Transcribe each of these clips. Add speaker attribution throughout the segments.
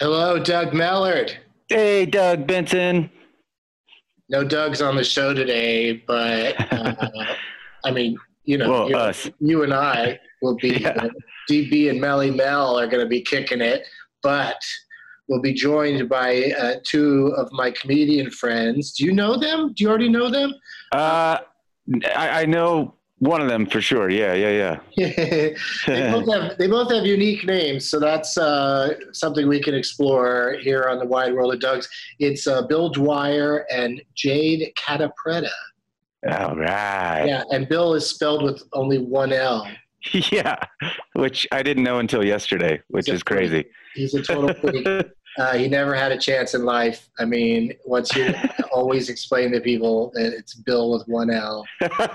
Speaker 1: Hello, Doug Mallard.
Speaker 2: Hey, Doug Benson.
Speaker 1: No Doug's on the show today, but uh, I mean, you know,
Speaker 2: Well,
Speaker 1: you-
Speaker 2: us.
Speaker 1: you and I will be
Speaker 2: Yeah.
Speaker 1: DB and Melly Mel are going to be kicking it, but we'll be joined by uh, two of my comedian friends. Do you know them? Do you already know them?
Speaker 2: Uh, I, I know one of them for sure. Yeah, yeah,
Speaker 1: they
Speaker 2: yeah.
Speaker 1: both have they both have unique names, so that's uh, something we can explore here on the Wide World of Doug's. It's uh, Bill Dwyer and Jade Catapretta.
Speaker 2: All right.
Speaker 1: Yeah, and Bill is spelled with only one L.
Speaker 2: Yeah. which I didn't know until yesterday, which
Speaker 1: Yeah.
Speaker 2: is crazy.
Speaker 1: He's a total freak. Uh, he never had a chance in life. I mean, once you always explain to people that it's Bill with one L.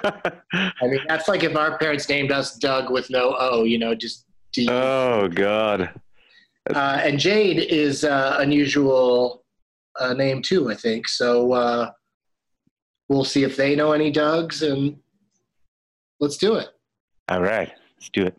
Speaker 1: I mean, that's like if our parents named us Doug with no O, you know, just D. Uh,
Speaker 2: oh God.
Speaker 1: and Jade is uh, unusual uh, name too, I think. So uh, we'll see if they know any Dougs, and let's do it.
Speaker 2: All right, let's do it.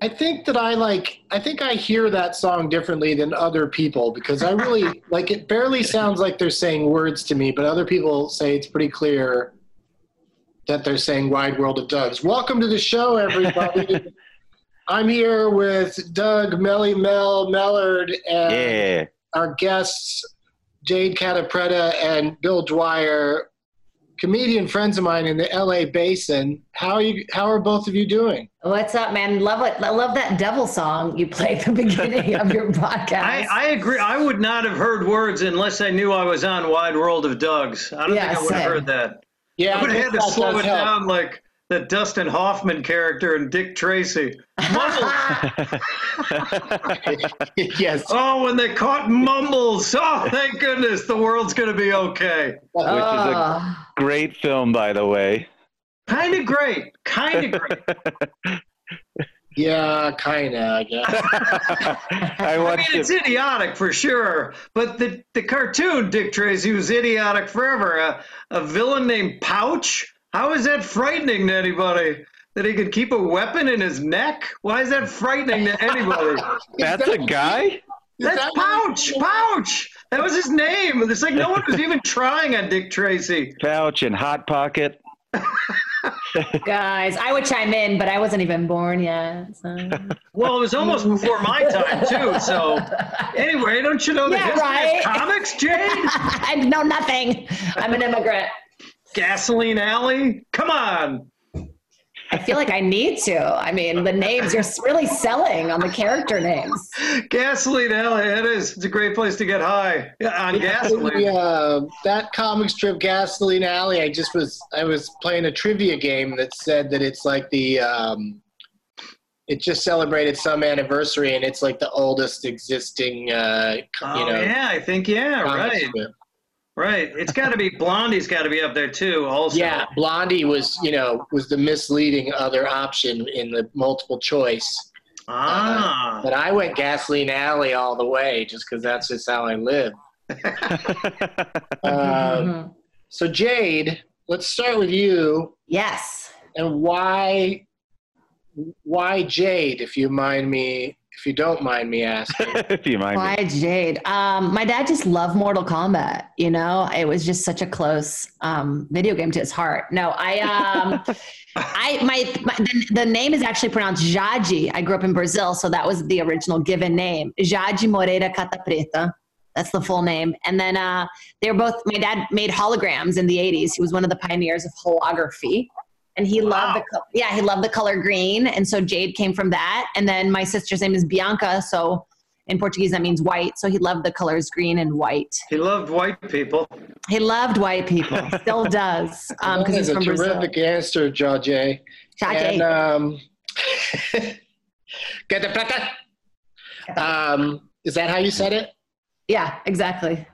Speaker 1: I think that I like. I think I hear that song differently than other people because I really like. It barely sounds like they're saying words to me, but other people say it's pretty clear that they're saying "Wide World of Doug's." Welcome to the show, everybody. I'm here with Doug, Melly, Mel, Mellard, and
Speaker 2: Yeah.
Speaker 1: our guests Jade Catapretta and Bill Dwyer, comedian friends of mine in the L.A. Basin. How are you? How are both of you doing?
Speaker 3: What's up, man? Love it. I love that devil song you played at the beginning of your podcast.
Speaker 4: I, I agree. I would not have heard words unless I knew I was on Wide World of Doug's. I don't
Speaker 3: Yeah,
Speaker 4: think I would have
Speaker 3: same.
Speaker 4: heard that.
Speaker 1: Yeah,
Speaker 4: I would have
Speaker 1: think
Speaker 4: had to
Speaker 1: that
Speaker 4: slow
Speaker 1: does
Speaker 4: it
Speaker 1: help.
Speaker 4: down like the Dustin Hoffman character in Dick Tracy. Mumbles.
Speaker 1: yes.
Speaker 4: oh, when they caught Mumbles. Oh, thank goodness. The world's going to be okay.
Speaker 3: Ah.
Speaker 2: Great film, by the way.
Speaker 4: Kind of great. Kind of great.
Speaker 1: Yeah, kind of, I guess.
Speaker 2: I
Speaker 4: I mean,
Speaker 2: watched
Speaker 4: it's
Speaker 2: it.
Speaker 4: idiotic for sure, but the, the cartoon Dick Tracy was idiotic forever. A, a villain named Pouch? How is that frightening to anybody? That he could keep a weapon in his neck? Why is that frightening to anybody?
Speaker 2: That's a guy.
Speaker 4: That's
Speaker 1: that what
Speaker 4: Pouch! Pouch! That was his name. It's like no one was even trying on Dick Tracy.
Speaker 2: Pouch and hot pocket.
Speaker 3: Oh, guys, I would chime in, but I wasn't even born yet. So.
Speaker 4: Well, it was almost before my time, too. So, anyway, don't you know the
Speaker 3: Yeah,
Speaker 4: history
Speaker 3: right.
Speaker 4: of comics, Jade?
Speaker 3: I know nothing. I'm an immigrant.
Speaker 4: Gasoline Alley? Come on.
Speaker 3: I feel like I need to. I mean, the names you're really selling on the character names.
Speaker 4: Gasoline Alley, it is. It's a great place to get high yeah, on gasoline.
Speaker 1: The, uh, that comic strip, Gasoline Alley. I just was I was playing a trivia game that said that it's like the um, it just celebrated some anniversary, and it's like the oldest existing. Uh, co- you
Speaker 4: Oh,
Speaker 1: know,
Speaker 4: yeah, I think, yeah,
Speaker 1: comic
Speaker 4: right.
Speaker 1: strip.
Speaker 4: Right. It's got to be, Blondie's got to be up there too, also.
Speaker 1: Yeah, Blondie was you know was the misleading other option in the multiple choice,
Speaker 4: Ah.
Speaker 1: but I went Gasoline Alley all the way just because that's just how I live. Um,
Speaker 3: Mhm.
Speaker 1: So Jade, let's start with you
Speaker 3: Yes.
Speaker 1: and why why Jade, if you mind me, if you don't mind me asking.
Speaker 2: if you mind.
Speaker 3: Why Jade? Um, my dad just loved Mortal Kombat. You know, it was just such a close um, video game to his heart. No, I, um, I, my, my the, the name is actually pronounced Jaji. I grew up in Brazil, so that was the original given name, Jaji Moreira Catapreta. That's the full name. And then uh, they were both. My dad made holograms in the '80s. He was one of the pioneers of holography and he loved the co- yeah he loved the color green and so jade came from that and then my sister's name is bianca so in portuguese that means white so he loved the colors green and white
Speaker 4: He loved white people.
Speaker 3: he loved white people still does
Speaker 1: That
Speaker 3: um because
Speaker 1: is
Speaker 3: he's
Speaker 1: a
Speaker 3: from brazil
Speaker 1: terrific answer, Jaje.
Speaker 3: Jade.
Speaker 1: And, um, get the plata. Um, is that how you said it?
Speaker 3: yeah exactly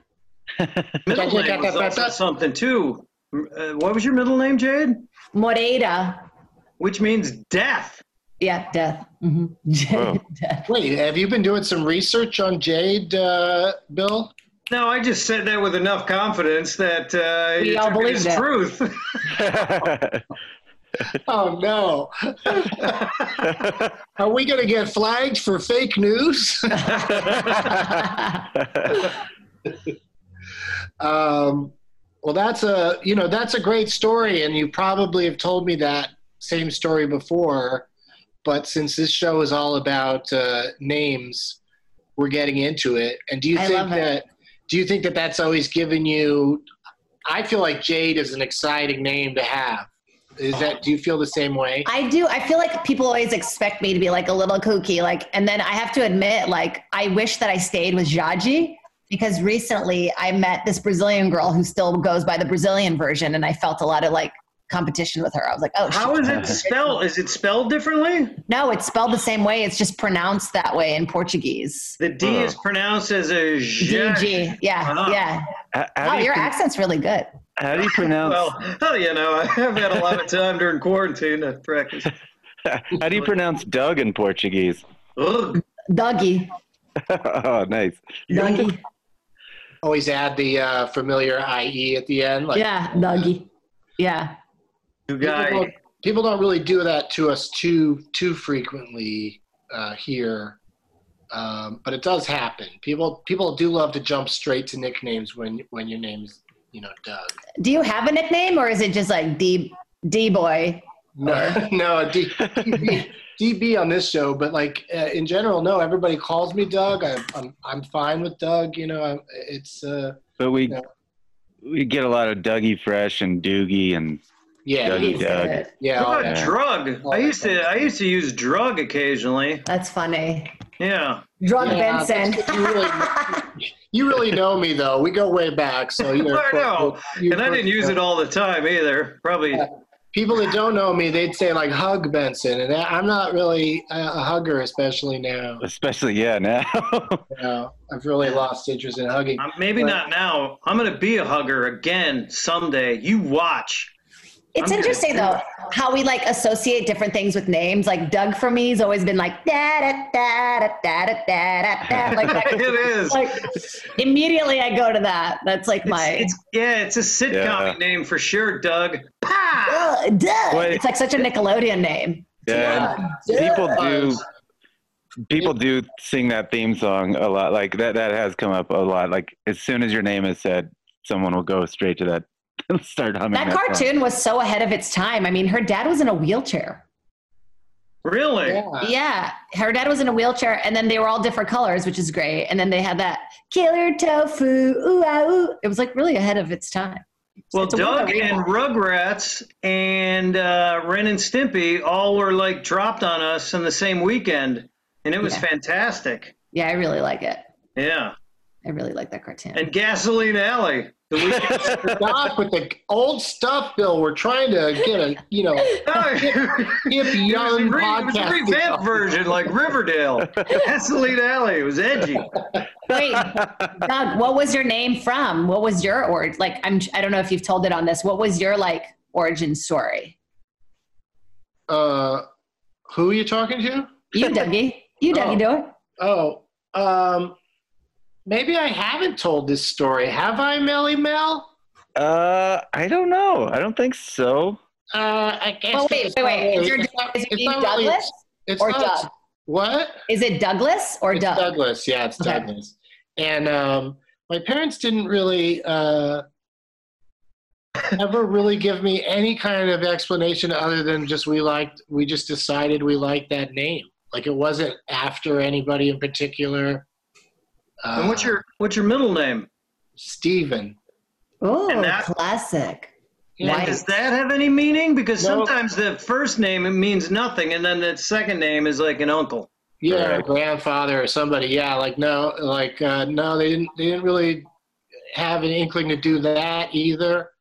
Speaker 4: Middle
Speaker 1: Don't look
Speaker 4: name
Speaker 1: at
Speaker 4: was
Speaker 1: that,
Speaker 4: also
Speaker 1: that-
Speaker 4: something too. Uh, what was your middle name, Jade?
Speaker 3: moreira
Speaker 4: Which means death.
Speaker 3: yeah death hmm
Speaker 2: Wow.
Speaker 3: death.
Speaker 1: Wait, have you been doing some research on Jade, uh, Bill?
Speaker 4: No, I just said that with enough confidence that uh,
Speaker 3: We
Speaker 4: you
Speaker 3: all
Speaker 4: took it as
Speaker 3: believed it.
Speaker 4: truth.
Speaker 1: Oh no! Are we gonna get flagged for fake news? um, well, that's a you know that's a great story, and you probably have told me that same story before, but since this show is all about uh, names, we're getting into it. And do you
Speaker 3: I
Speaker 1: think
Speaker 3: love it.
Speaker 1: that do you think that that's always given you? I feel like Jade is an exciting name to have. Is that do you feel the same way?
Speaker 3: I do. I feel like people always expect me to be like a little kooky, like, and then I have to admit, like, I wish that I stayed with Jaji because recently I met this Brazilian girl who still goes by the Brazilian version, and I felt a lot of like competition with her. I was like, oh,
Speaker 4: How
Speaker 3: shit.
Speaker 4: is it spelled? Is it spelled differently?
Speaker 3: no, it's spelled the same way. It's just pronounced that way in Portuguese.
Speaker 4: The D
Speaker 1: Uh-huh.
Speaker 4: is pronounced as a J.
Speaker 3: DG. Yeah,
Speaker 4: Ah.
Speaker 3: yeah.
Speaker 2: how,
Speaker 3: Wow,
Speaker 2: how, do you
Speaker 3: your
Speaker 2: pro-
Speaker 3: accent's really good.
Speaker 2: how do you pronounce?
Speaker 4: Well, hell, you know, I've had a lot of time during quarantine to practice.
Speaker 2: how do you pronounce Doug in Portuguese?
Speaker 4: Ugh.
Speaker 3: Dougie.
Speaker 2: oh, nice.
Speaker 3: Dougie.
Speaker 1: Always add the uh, familiar IE at the end. Like,
Speaker 3: yeah, Dougie. Yeah.
Speaker 4: You
Speaker 1: People
Speaker 4: guys.
Speaker 1: don't, people don't really do that to us too too frequently uh, here, um, but it does happen. People people do love to jump straight to nicknames when when your name's you know Doug.
Speaker 3: Do you have a nickname or is it just like D D boy?
Speaker 1: No, no D, DB, DB on this show, but like uh, in general, no. Everybody calls me Doug. I, I'm I'm fine with Doug. You know, I'm- it's uh,
Speaker 2: But we
Speaker 1: Yeah.
Speaker 2: we get a lot of Dougie Fresh and Doogie and
Speaker 1: yeah,
Speaker 2: Dougie Doug.
Speaker 1: yeah. all
Speaker 4: What
Speaker 1: that.
Speaker 4: about drug? I used to I used to use drug occasionally.
Speaker 3: That's funny.
Speaker 4: Yeah.
Speaker 3: Drug
Speaker 1: Yeah,
Speaker 3: Benson.
Speaker 1: that's- You really, you really know me though. We go way back, so you know.
Speaker 4: I know.
Speaker 1: you-
Speaker 4: And I didn't use it all the time either. Probably
Speaker 1: People that don't know me, they'd say like hug Benson, and I- I'm not really a a hugger, especially now.
Speaker 2: especially yeah now.
Speaker 1: You know, I've really lost interest in hugging.
Speaker 4: I'm- maybe
Speaker 1: But-
Speaker 4: not now. I'm gonna be a hugger again someday. You watch.
Speaker 3: It's
Speaker 4: I'm
Speaker 3: interesting though how we like associate different things with names. Like Doug for me has always been like da da da da da da da da da. Like,
Speaker 4: It
Speaker 3: that,
Speaker 4: is.
Speaker 3: like immediately I go to that. That's like my
Speaker 4: It's, it's yeah, it's a sitcom
Speaker 2: Yeah.
Speaker 4: name for sure, Doug. Pa!
Speaker 3: Ugh, Doug.
Speaker 2: Wait.
Speaker 3: It's like such a Nickelodeon name.
Speaker 2: yeah, and people do people do sing that theme song a lot. Like that that has come up a lot. Like as soon as your name is said, someone will go straight to that and start humming.
Speaker 3: That
Speaker 2: That, song.
Speaker 3: cartoon was so ahead of its time. I mean, her dad was in a wheelchair.
Speaker 4: Really?
Speaker 1: Yeah.
Speaker 3: Yeah, her dad was in a wheelchair, and then they were all different colors, which is great. And then they had that killer tofu. Ooh, ah, ooh. It was like really ahead of its time.
Speaker 4: Well,
Speaker 3: It's a
Speaker 4: Doug
Speaker 3: weird
Speaker 4: and Rugrats and uh, Ren and Stimpy all were like dropped on us in the same weekend, and it was
Speaker 3: Yeah.
Speaker 4: fantastic.
Speaker 3: Yeah, I really like it.
Speaker 4: Yeah,
Speaker 3: I really like that cartoon.
Speaker 4: and Gasoline Alley. The weekend.
Speaker 1: Stop with the old stuff, Bill. We're trying to get a you know hip
Speaker 4: It was a
Speaker 1: young
Speaker 4: re- it was a
Speaker 1: podcast.
Speaker 4: revamped version like Riverdale. Gasoline Alley. It was edgy.
Speaker 3: Wait, Doug, what was your name from? What was your or like? I'm I don't know if you've told it on this. What was your like origin story?
Speaker 1: Uh, who are you talking to?
Speaker 3: You Dougie, you Dougie,
Speaker 1: Oh.
Speaker 3: do it.
Speaker 1: Oh, um, maybe I haven't told this story. Have I, Melly Mel?
Speaker 2: Uh, I don't know. I don't think so.
Speaker 1: Uh, I guess.
Speaker 3: Well, wait, wait, wait. Is your, is your name Douglas
Speaker 1: it's
Speaker 3: or
Speaker 1: not,
Speaker 3: Doug?
Speaker 1: What?
Speaker 3: Is it Douglas or
Speaker 1: it's
Speaker 3: Doug?
Speaker 1: Douglas. Yeah, it's
Speaker 3: Okay.
Speaker 1: Douglas. And um, my parents didn't really uh, ever really give me any kind of explanation other than just we liked we just decided we liked that name. Like it wasn't after anybody in particular. Uh,
Speaker 4: And what's your what's your middle name?
Speaker 1: Stephen?
Speaker 3: Oh,
Speaker 4: And that-
Speaker 3: classic.
Speaker 1: Yeah.
Speaker 3: Nice.
Speaker 4: Does that have any meaning? Because
Speaker 1: No.
Speaker 4: sometimes the first name it means nothing, and then the second name is like an uncle.
Speaker 1: Yeah,
Speaker 2: Right.
Speaker 1: grandfather or somebody. Yeah, like no, like uh, no, they didn't. They didn't really have an inkling to do that either.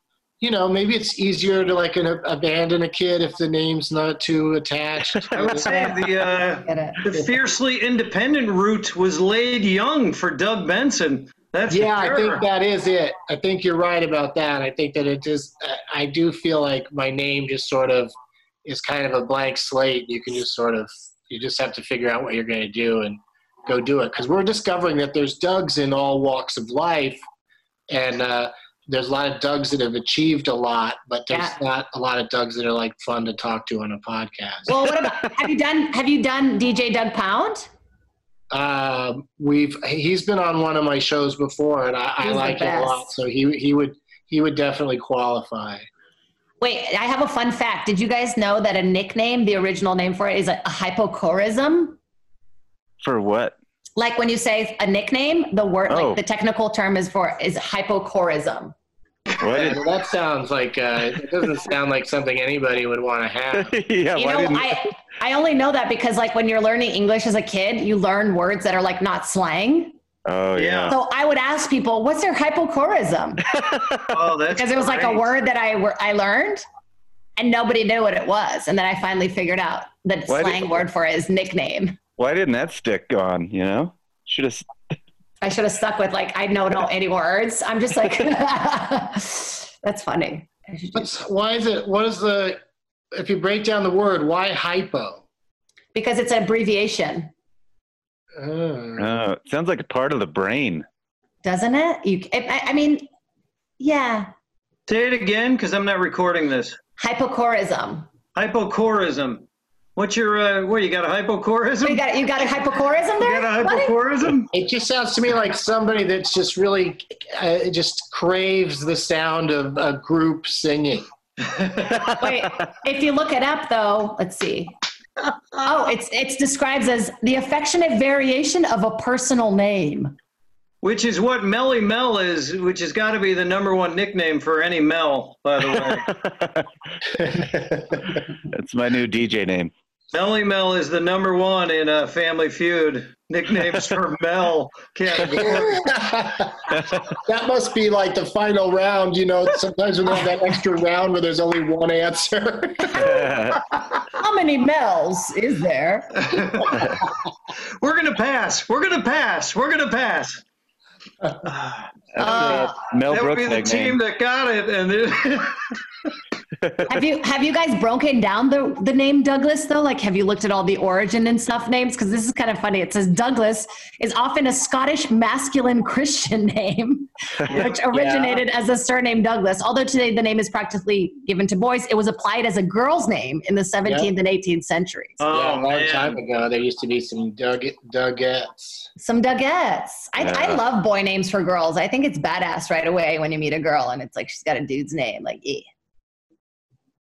Speaker 1: You know, maybe it's easier to like an, abandon a kid if the name's not too attached.
Speaker 4: I would say the uh,
Speaker 3: Get it.
Speaker 4: the fiercely independent root was laid young for Doug Benson. That's
Speaker 1: yeah,
Speaker 4: for
Speaker 1: I
Speaker 4: sure.
Speaker 1: think that is it. I think you're right about that. I think that it is. I- I do feel like my name just sort of is kind of a blank slate. You can just sort of you just have to figure out what you're going to do and go do it. Because we're discovering that there's Dugs in all walks of life, and uh, there's a lot of Dugs that have achieved a lot, but there's
Speaker 3: Yeah.
Speaker 1: not a lot of Dugs that are like fun to talk to on a podcast.
Speaker 3: Well, what about have you done have you done DJ Doug Pound?
Speaker 1: um, we've he's been on one of my shows before, and I, I
Speaker 3: He's the
Speaker 1: like him a lot.
Speaker 3: best.
Speaker 1: So he he would he would definitely qualify.
Speaker 3: Wait, I have a fun fact. Did you guys know that a nickname, the original name for it, is a, a hypochorism?
Speaker 2: For what?
Speaker 3: Like when you say a nickname, the word,
Speaker 2: Oh.
Speaker 3: like the technical term is for is hypochorism.
Speaker 2: Why
Speaker 1: Yeah, that sounds like uh, it doesn't sound like something anybody would want to have.
Speaker 2: did, yeah,
Speaker 3: you
Speaker 2: why
Speaker 3: know,
Speaker 2: Oh, didn't
Speaker 3: I I only know that because like when you're learning English as a kid, you learn words that are like not slang.
Speaker 2: Oh yeah.
Speaker 3: So I would ask people, "What's their hypochorism?"
Speaker 4: oh, that's
Speaker 3: because it was like a
Speaker 4: great.
Speaker 3: word that I were, I learned, and nobody knew what it was, and then I finally figured out the
Speaker 2: Why did-
Speaker 3: slang word for it is nickname.
Speaker 2: Why didn't that stick on, you know? Should have
Speaker 3: I should have stuck with like I know no any words. I'm just like that's funny. I should do-
Speaker 1: What's, why is it? What is the? If you break down the word, why hypo?
Speaker 3: Because it's an abbreviation,
Speaker 1: Uh,
Speaker 2: uh, sounds like a part of the brain.
Speaker 3: doesn't it? You, I, I mean, yeah,
Speaker 4: Say it again, because I'm not recording this.
Speaker 3: hypochorism.
Speaker 4: Hypochorism. What's your uh, what? You got a hypochorism?
Speaker 3: You got you got a hypochorism
Speaker 4: You
Speaker 3: there.
Speaker 4: got a
Speaker 3: buddy?
Speaker 4: hypochorism?
Speaker 1: it just sounds to me like somebody that's just really uh, just craves the sound of a group singing.
Speaker 3: Wait, if you look it up though, let's see. Oh, it's it's describes as the affectionate variation of a personal name.
Speaker 4: Which is what Melly Mel is, which has got to be the number one nickname for any Mel, by the way.
Speaker 2: That's my new DJ name.
Speaker 4: Melly Mel is the number one in uh, Family Feud. Nicknames for Mel category.
Speaker 1: that must be like the final round, you know. Sometimes when they have that extra round where there's only one answer.
Speaker 3: How many Mel's is there?
Speaker 4: We're gonna pass. We're gonna pass. We're gonna pass.
Speaker 3: Uh,
Speaker 2: Mel
Speaker 4: that would
Speaker 2: Brooks
Speaker 4: be the
Speaker 2: nickname.
Speaker 4: team that got it. And it-
Speaker 3: have you have you guys broken down the the name Douglas though? Like, have you looked at all the origin and stuff names? Because this is kind of funny. It says Douglas is often a Scottish masculine Christian name, which originated as a surname Douglas. Although today the name is practically given to boys, it was applied as a girl's name in the 17th and 18th centuries.
Speaker 1: yeah, a
Speaker 4: oh
Speaker 1: long time
Speaker 4: man,
Speaker 1: ago, there used to be some Doug Dougettes.
Speaker 3: Some Dougettes. I, I
Speaker 2: Yeah.
Speaker 3: love boy names for girls. I think it's badass right away when you meet a girl and it's like she's got a dude's name. Like, eh. yeah.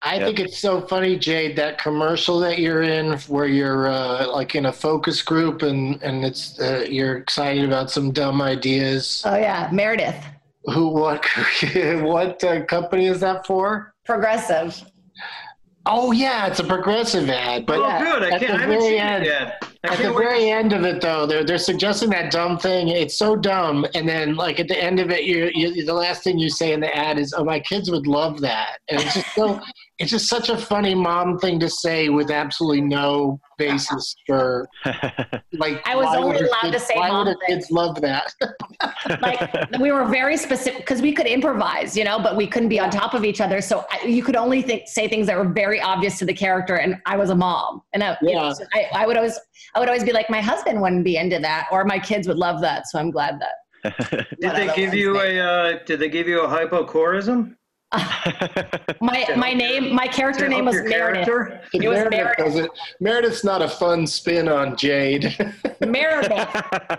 Speaker 1: I
Speaker 2: Yep.
Speaker 1: think it's so funny, Jade, that commercial that you're in where you're uh, like in a focus group and and it's uh, you're excited about some dumb ideas.
Speaker 3: Oh yeah, Meredith,
Speaker 1: Who what what uh, company is that for?
Speaker 3: progressive.
Speaker 1: Oh yeah, it's a progressive ad, but
Speaker 4: oh
Speaker 3: Yeah.
Speaker 4: good. I
Speaker 1: At the
Speaker 4: can't. I haven't seen
Speaker 1: very
Speaker 4: it
Speaker 1: end.
Speaker 4: yet. I
Speaker 1: At the
Speaker 4: can't wait.
Speaker 1: very end of it, though, they're they're suggesting that dumb thing. It's so dumb, and then like at the end of it, you you the last thing you say in the ad is, "Oh, my kids would love that," and it's just so it's just such a funny mom thing to say with absolutely no basis for like.
Speaker 3: I was
Speaker 1: why
Speaker 3: only
Speaker 1: would her
Speaker 3: allowed to
Speaker 1: kids-
Speaker 3: say
Speaker 1: why
Speaker 3: mom
Speaker 1: would her
Speaker 3: thing.
Speaker 1: kids love that?
Speaker 3: Like we were very specific because we could improvise, you know, but we couldn't be on top of each other. So I, you could only think, say things that were very obvious to the character. And I was a mom, and I, you know,
Speaker 1: Yeah.
Speaker 3: so I, I would always, I would always be like, my husband wouldn't be into that, or my kids would love that. So I'm glad that.
Speaker 4: Did they give you a? Uh, did they give you a hypochorism?
Speaker 3: my my name my character name was Meredith.
Speaker 4: character?
Speaker 3: It was
Speaker 1: Meredith
Speaker 3: Meredith.
Speaker 1: doesn't- Meredith's not a fun spin on Jade.
Speaker 3: Meredith.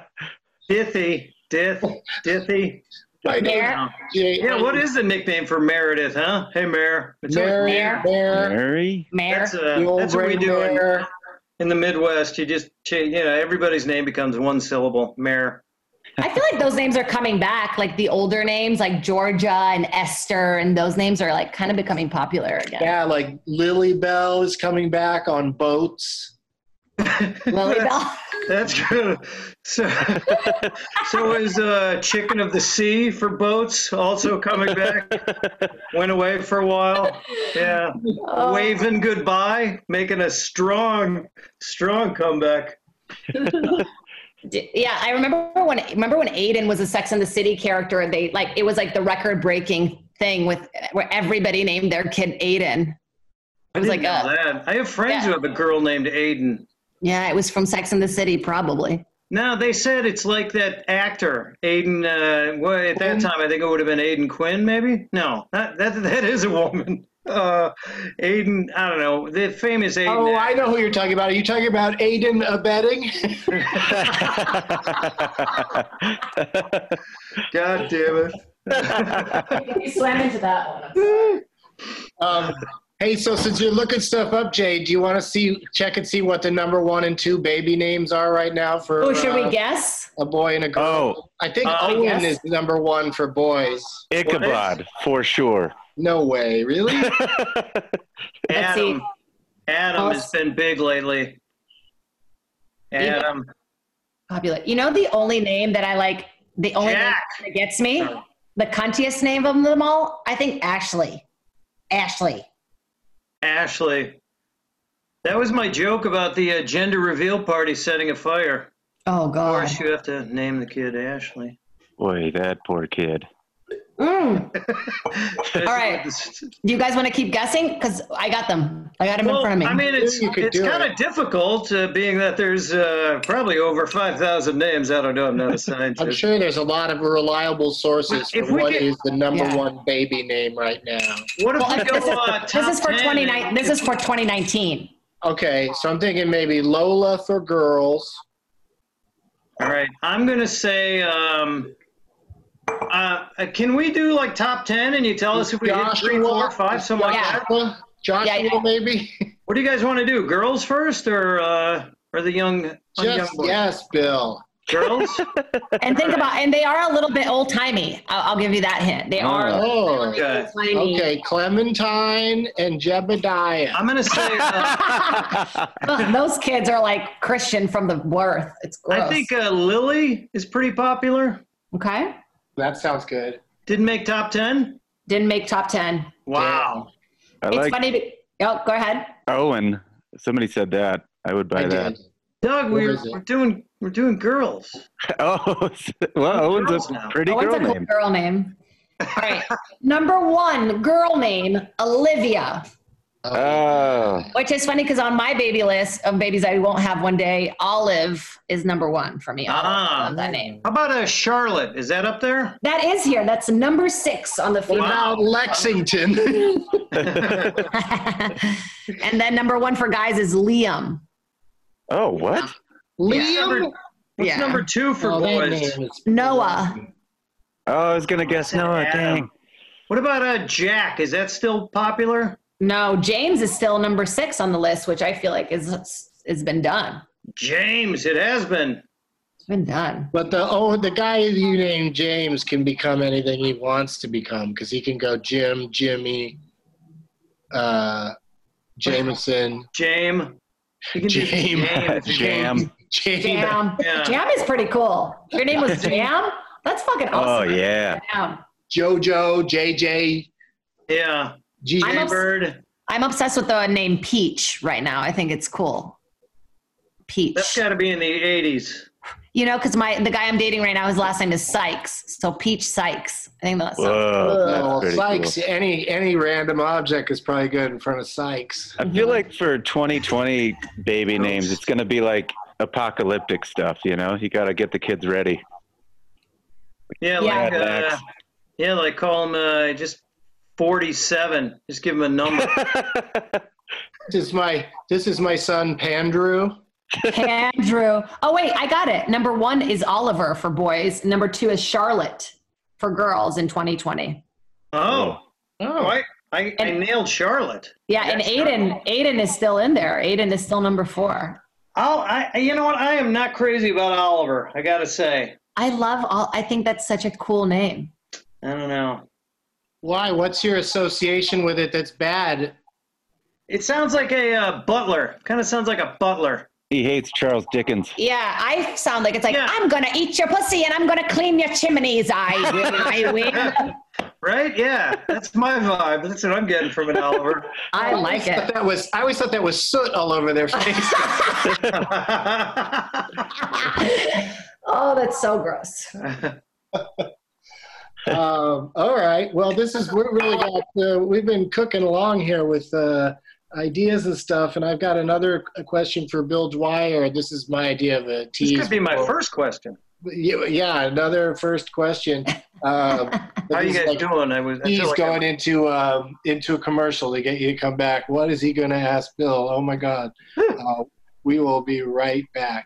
Speaker 4: Dithy. Dith. Dithy.
Speaker 1: My name's
Speaker 3: Mer-
Speaker 1: Jade.
Speaker 4: Yeah, what is the nickname for Meredith, huh? Hey, Mayor. It's always-
Speaker 1: Mary,
Speaker 3: Mare?
Speaker 1: Mare,
Speaker 2: Mary.
Speaker 3: Mare.
Speaker 4: That's, uh,
Speaker 1: the old
Speaker 4: that's what we
Speaker 1: gray
Speaker 4: do in,
Speaker 1: mare.
Speaker 4: in the Midwest. You just change, you know, everybody's name becomes one syllable. Mayor.
Speaker 3: I feel like those names are coming back, like the older names, like Georgia and Esther, and those names are like kind of becoming popular again.
Speaker 1: Yeah, like Lily Bell is coming back on boats.
Speaker 3: Lily Bell.
Speaker 4: That's good. So, so is uh, Chicken of the Sea for boats also coming back? Went away for a while. Yeah. Waving goodbye, making a strong, strong comeback.
Speaker 3: D- Yeah, I remember when remember when Aiden was a Sex and the City character. They like it was like the record breaking thing with where everybody named their kid Aiden.
Speaker 4: I
Speaker 3: was like,
Speaker 4: didn't know
Speaker 3: uh,
Speaker 4: that. I have friends
Speaker 3: yeah.
Speaker 4: who have a girl named Aiden.
Speaker 3: Yeah, it was from Sex and the City, probably.
Speaker 4: No, they said it's like that actor Aiden. Uh, well, at that time, I think it would have been Aiden Quinn, maybe. No, that that, that is a woman. Uh, Aiden, I don't know the famous Aiden.
Speaker 1: Oh, I
Speaker 4: actor.
Speaker 1: know who you're talking about. Are you talking about Aiden abetting?
Speaker 4: God damn it!
Speaker 3: you swam into that one.
Speaker 1: um, hey, so since you're looking stuff up, Jade, do you want to see check and see what the number one and two baby names are right now for
Speaker 3: Oh, should
Speaker 1: uh,
Speaker 3: we guess?
Speaker 1: a boy and a girl?
Speaker 2: Oh.
Speaker 1: I think
Speaker 4: Uh,
Speaker 1: Owen
Speaker 3: yes.
Speaker 1: is number one for boys.
Speaker 2: Ichabod, for sure.
Speaker 1: No way, really?
Speaker 3: Let's see.
Speaker 4: Adam, Adam
Speaker 3: Oh,
Speaker 4: has been big lately. Adam,
Speaker 3: Popular. You know the only name that I like, the only
Speaker 4: Jack.
Speaker 3: name that gets me,
Speaker 4: Sorry.
Speaker 3: the cuntiest name of them all. I think Ashley. Ashley.
Speaker 4: Ashley. That was my joke about the uh, gender reveal party setting a fire.
Speaker 3: Oh
Speaker 4: Of
Speaker 3: God.
Speaker 4: course, you have to name the kid Ashley.
Speaker 2: Boy, that poor kid.
Speaker 3: Mm.
Speaker 4: All
Speaker 3: right. Do you guys want to keep guessing? Because I got them. I got them in
Speaker 4: Well,
Speaker 3: front of me.
Speaker 4: I mean, it's
Speaker 1: You could
Speaker 4: it's
Speaker 1: do
Speaker 4: kind of
Speaker 1: it.
Speaker 4: difficult, uh, being that there's uh, probably over five thousand names. I don't know. I'm not a scientist.
Speaker 1: I'm sure there's a lot of reliable sources for
Speaker 4: If we
Speaker 1: what is
Speaker 4: get-
Speaker 1: the number
Speaker 3: Yeah.
Speaker 1: one baby name right now.
Speaker 4: What if
Speaker 3: Well,
Speaker 4: we
Speaker 3: if
Speaker 4: go
Speaker 3: this, is,
Speaker 4: uh,
Speaker 3: this
Speaker 4: top
Speaker 3: is for
Speaker 4: 10?
Speaker 3: 29 this is for 2019
Speaker 1: Okay, so I'm thinking maybe Lola for girls.
Speaker 4: All right, I'm gonna say. Um, uh, uh, can we do like top ten, and you tell us if we hit three,
Speaker 1: Joshua?
Speaker 4: four, five, something like
Speaker 3: Yeah.
Speaker 4: that?
Speaker 1: Joshua, Joshua
Speaker 3: Yeah, yeah.
Speaker 1: maybe?
Speaker 4: What do you guys want to do? Girls first, or uh, or the young, young
Speaker 1: Just
Speaker 4: boys?
Speaker 1: yes, Bill.
Speaker 4: girls?
Speaker 3: and think about and they are a little bit old timey I'll, I'll give you that hint they are
Speaker 1: Oh,
Speaker 4: Okay.
Speaker 3: old-timey.
Speaker 1: okay. Clementine and Jebediah.
Speaker 4: I'm gonna say. Uh,
Speaker 3: Ugh, those kids are like christian from the birth it's gross
Speaker 4: I think uh, Lily is pretty popular.
Speaker 3: okay
Speaker 1: That sounds good.
Speaker 4: Didn't make top ten.
Speaker 3: didn't make top 10
Speaker 4: Wow.
Speaker 2: I
Speaker 3: it's
Speaker 2: like
Speaker 3: funny to, oh go ahead
Speaker 2: Owen. Somebody said that. I would buy
Speaker 1: I
Speaker 2: that.
Speaker 1: did.
Speaker 4: Doug,
Speaker 1: Where
Speaker 4: we're,
Speaker 1: is it?
Speaker 4: we're doing we're doing girls.
Speaker 2: Oh, well, Owen's
Speaker 4: girls
Speaker 2: a
Speaker 4: now.
Speaker 2: pretty
Speaker 3: oh, it's
Speaker 2: girl
Speaker 3: a cool
Speaker 2: name.
Speaker 3: girl name all right number one girl name olivia
Speaker 4: Uh,
Speaker 2: Oh,
Speaker 3: Which is funny because on my baby list of babies I won't have one day, Olive is number one for me. Olive,
Speaker 4: Ah.
Speaker 3: I love that name.
Speaker 4: How about uh, Charlotte? Is that up there?
Speaker 3: That is here. That's number six on the
Speaker 1: What
Speaker 3: female.
Speaker 1: about Lexington?
Speaker 3: and then number one for guys is Liam.
Speaker 2: oh, what?
Speaker 1: Liam?
Speaker 4: What's
Speaker 3: Yeah.
Speaker 4: number two for
Speaker 1: Oh, that
Speaker 4: boys?
Speaker 1: name is-
Speaker 3: Noah.
Speaker 2: Oh, I was gonna guess Noah. Dang.
Speaker 4: Adam. What about uh, Jack? Is that still popular?
Speaker 3: No, James is still number six on the list, which I feel like is has been done.
Speaker 4: James, it has been.
Speaker 3: It's been done.
Speaker 1: But the oh, the guy you named James can become anything he wants to become because he can go Jim, Jimmy, uh, Jameson,
Speaker 4: James. You can do
Speaker 1: Jame.
Speaker 4: Jame.
Speaker 2: Jam.
Speaker 1: James.
Speaker 3: Jam.
Speaker 4: Yeah.
Speaker 3: Jam is pretty cool. Your name was Jam? That's fucking
Speaker 2: Oh
Speaker 3: awesome.
Speaker 2: yeah.
Speaker 3: Jam.
Speaker 1: JoJo, JJ,
Speaker 4: Yeah.
Speaker 3: I'm
Speaker 1: GJ.
Speaker 3: obs-
Speaker 4: Jaybird.
Speaker 3: I'm obsessed with the name Peach right now. I think it's cool. Peach.
Speaker 4: That's got to be in the 80s.
Speaker 3: You know, because my the guy I'm dating right now, his last name is Sykes. So Peach Sykes. I think that's
Speaker 2: Whoa, Oh, that's
Speaker 1: Well,
Speaker 2: pretty
Speaker 1: Sykes,
Speaker 2: cool.
Speaker 1: any any random object is probably good in front of Sykes.
Speaker 2: I feel like for 2020 baby names, it's gonna be like apocalyptic stuff. You know, you gotta get the kids ready.
Speaker 3: Yeah.
Speaker 4: Yeah, like
Speaker 2: Mad Max.
Speaker 4: uh, yeah, like call him uh, just 47. Just give him a number.
Speaker 1: This is my this is my son Pandrew.
Speaker 3: Andrew. Oh wait, I got it. Number one is Oliver for boys. Number two is Charlotte for girls in 2020.
Speaker 4: Oh, oh, I, I, I nailed Charlotte.
Speaker 3: Yeah,
Speaker 4: That's
Speaker 3: and Aiden. Aiden is still in there. Aiden is still number four.
Speaker 4: Oh, I, you know what? I am not crazy about Oliver. I gotta say,
Speaker 3: I love all. I think that's such a cool name.
Speaker 4: I don't know.
Speaker 1: Why? What's your association with it that's bad?
Speaker 4: It sounds like a uh, butler. Kind of sounds like a butler.
Speaker 2: He hates Charles Dickens.
Speaker 3: Yeah, I sound like it's like
Speaker 4: Yeah.
Speaker 3: I'm gonna eat your pussy and I'm gonna clean your chimneys. I will. I will.
Speaker 4: Right? Yeah, that's my vibe. That's what I'm getting from an Oliver.
Speaker 3: I like
Speaker 1: But
Speaker 3: it.
Speaker 1: that was I always thought that was soot all over their face.
Speaker 3: Oh, that's so gross.
Speaker 1: um, all right. Well, this is we're really got uh, we've been cooking along here with uh, ideas and stuff, and I've got another question for Bill Dwyer. This is my idea of a tease.
Speaker 4: this could be my first question.
Speaker 1: Yeah, yeah, another first question. Um,
Speaker 4: How are
Speaker 1: this
Speaker 4: you
Speaker 1: is
Speaker 4: guys
Speaker 1: like-
Speaker 4: doing? I was. I feel
Speaker 1: He's
Speaker 4: like I-
Speaker 1: going into um, into a commercial to get you to come back. What is he going to ask Bill? Oh my God!
Speaker 4: Hmm.
Speaker 1: uh, we will be right back.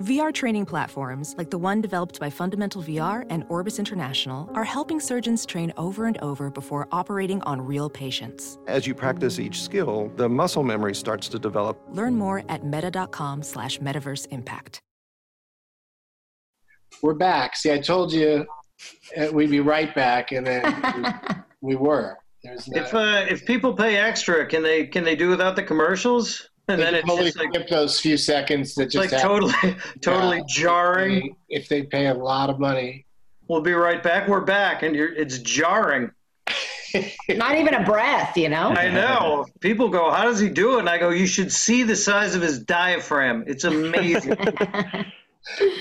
Speaker 5: VR training platforms like the one developed by Fundamental VR and Orbis International are helping surgeons train over and over before operating on real patients.
Speaker 6: As you practice each skill, the muscle memory starts to develop.
Speaker 5: Learn more at meta.com slash metaverse impact.
Speaker 1: We're back. See, I told you uh, we'd be right back, and then we, we were. There's no,
Speaker 4: If uh, if people pay extra, can they can they do without the commercials? And
Speaker 1: they
Speaker 4: then
Speaker 1: could
Speaker 4: it's
Speaker 1: totally
Speaker 4: just like,
Speaker 1: skip those few seconds that just
Speaker 4: like totally totally jarring.
Speaker 1: If they pay a lot of money,
Speaker 4: We'll be right back. We're back, and you're it's jarring.
Speaker 3: Not even a breath, you know.
Speaker 4: I know. People go, "How does he do it?" And I go, "You should see the size of his diaphragm. It's amazing."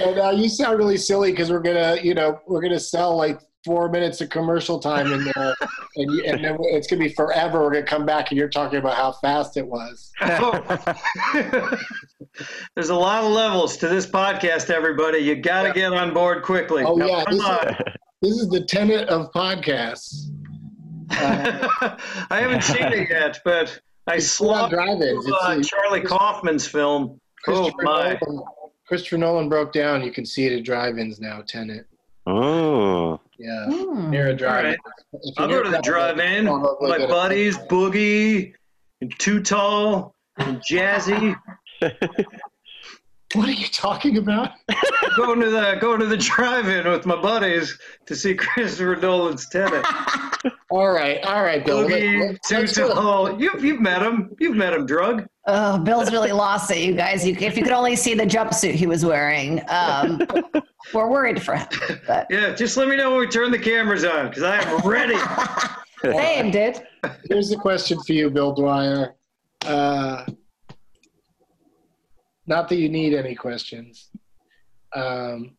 Speaker 1: and uh, you sound really silly because we're gonna, you know, we're gonna sell like four minutes of commercial time in there, and, you- and then it's gonna be forever. We're gonna come back, and you're talking about how fast it was.
Speaker 4: There's a lot of levels to this podcast, everybody. You got to get on board quickly.
Speaker 1: Oh,
Speaker 4: Now,
Speaker 1: yeah,
Speaker 4: come
Speaker 1: this is-
Speaker 4: on.
Speaker 1: This is the tenet of podcasts.
Speaker 4: I haven't seen it yet, but I
Speaker 1: Not
Speaker 4: slumped
Speaker 1: drive-ins.
Speaker 4: to, uh,
Speaker 1: It's-
Speaker 4: Charlie Kaufman's film. Oh
Speaker 1: Christopher
Speaker 4: my!
Speaker 1: Nolan- Christopher Nolan broke down. You can see it at drive-ins now. Tenet.
Speaker 2: Oh,
Speaker 1: Yeah,
Speaker 3: Hmm.
Speaker 1: near a drive-in.
Speaker 4: right.
Speaker 1: If you're
Speaker 4: I'll
Speaker 1: near
Speaker 4: go to the
Speaker 1: a drive-in,
Speaker 4: drive-in.
Speaker 1: I'll go
Speaker 4: My
Speaker 1: get a-
Speaker 4: buddies, Boogie, and Too Tall, and Jazzy.
Speaker 1: What are you talking about?
Speaker 4: going to the going to the drive-in with my buddies to see Christopher Nolan's Tenet.
Speaker 1: All right, all right, Bill.
Speaker 4: Boogie,
Speaker 1: Let's-
Speaker 4: Too
Speaker 1: let's do it.
Speaker 4: Tall. You've you've met him. You've met him, drug.
Speaker 3: Oh, Bill's really lost it, you guys. You, if you could only see the jumpsuit he was wearing, um, we're worried for him. But
Speaker 4: Yeah, just let me know when we turn the cameras on because I am ready.
Speaker 3: same, dude.
Speaker 1: Here's a question for you, Bill Dwyer. Uh, not that you need any questions. Um,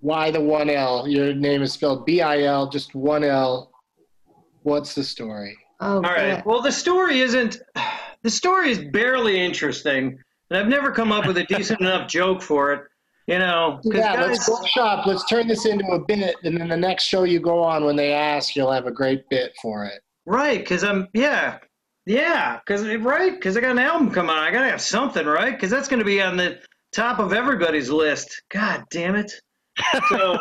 Speaker 1: why the one L? Your name is spelled B I L, just one L. What's the story?
Speaker 3: Oh,
Speaker 4: All right. Well, the story isn't. The story is barely interesting, and I've never come up with a decent enough joke for it. You know, because
Speaker 1: Yeah,
Speaker 4: guys,
Speaker 1: let's workshop. Let's turn this into a bit, and then the next show you go on, when they ask, you'll have a great bit for it.
Speaker 4: right? Because I'm yeah, yeah. Because right? Because I got an album coming out. I gotta have something, right? Because that's gonna be on the top of everybody's list. God damn it. So.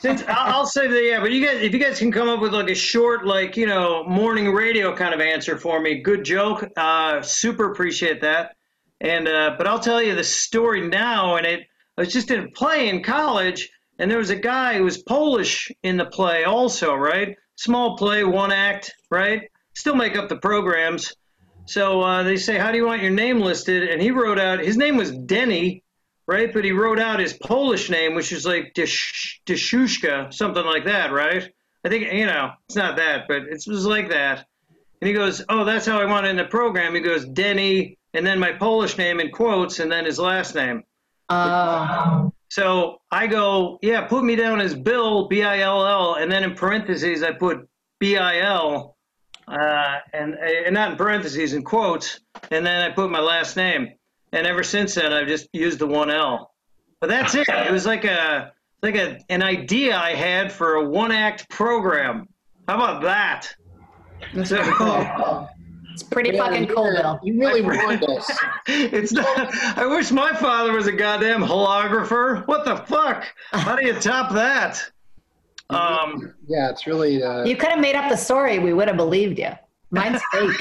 Speaker 4: Since I'll, I'll say that, yeah, but you guys, if you guys can come up with like a short, like you know, morning radio kind of answer for me, good joke. Uh, super appreciate that. And uh, but I'll tell you the story now. And it, I was just in a play in college, and there was a guy who was Polish in the play, also, right? Small play, one act, right? Still make up the programs. So uh, they say, how do you want your name listed? And he wrote out his name was Denny right? But he wrote out his Polish name, which is like Dysh- Dyshushka, something like that, right? I think, you know, it's not that, but it was like that. And he goes, Oh, that's how I want it in the program. He goes, Denny, and then my Polish name in quotes, and then his last name.
Speaker 3: Uh,
Speaker 4: So I go, Yeah, put me down as Bill, B I L L, and then in parentheses, I put B I L, uh, and, and not in parentheses, in quotes, and then I put my last name. And ever since then, I've just used the one L. But that's it. It was like a like a, an idea I had for a one act program. How about that? So,
Speaker 3: it's pretty fucking cool, Bill.
Speaker 1: You really ruined us.
Speaker 4: it's not. I wish my father was a goddamn holographer. What the fuck? How do you top that? Um,
Speaker 1: Yeah, it's really. Uh,
Speaker 3: You could have made up the story. We would have believed you. Mine's fake.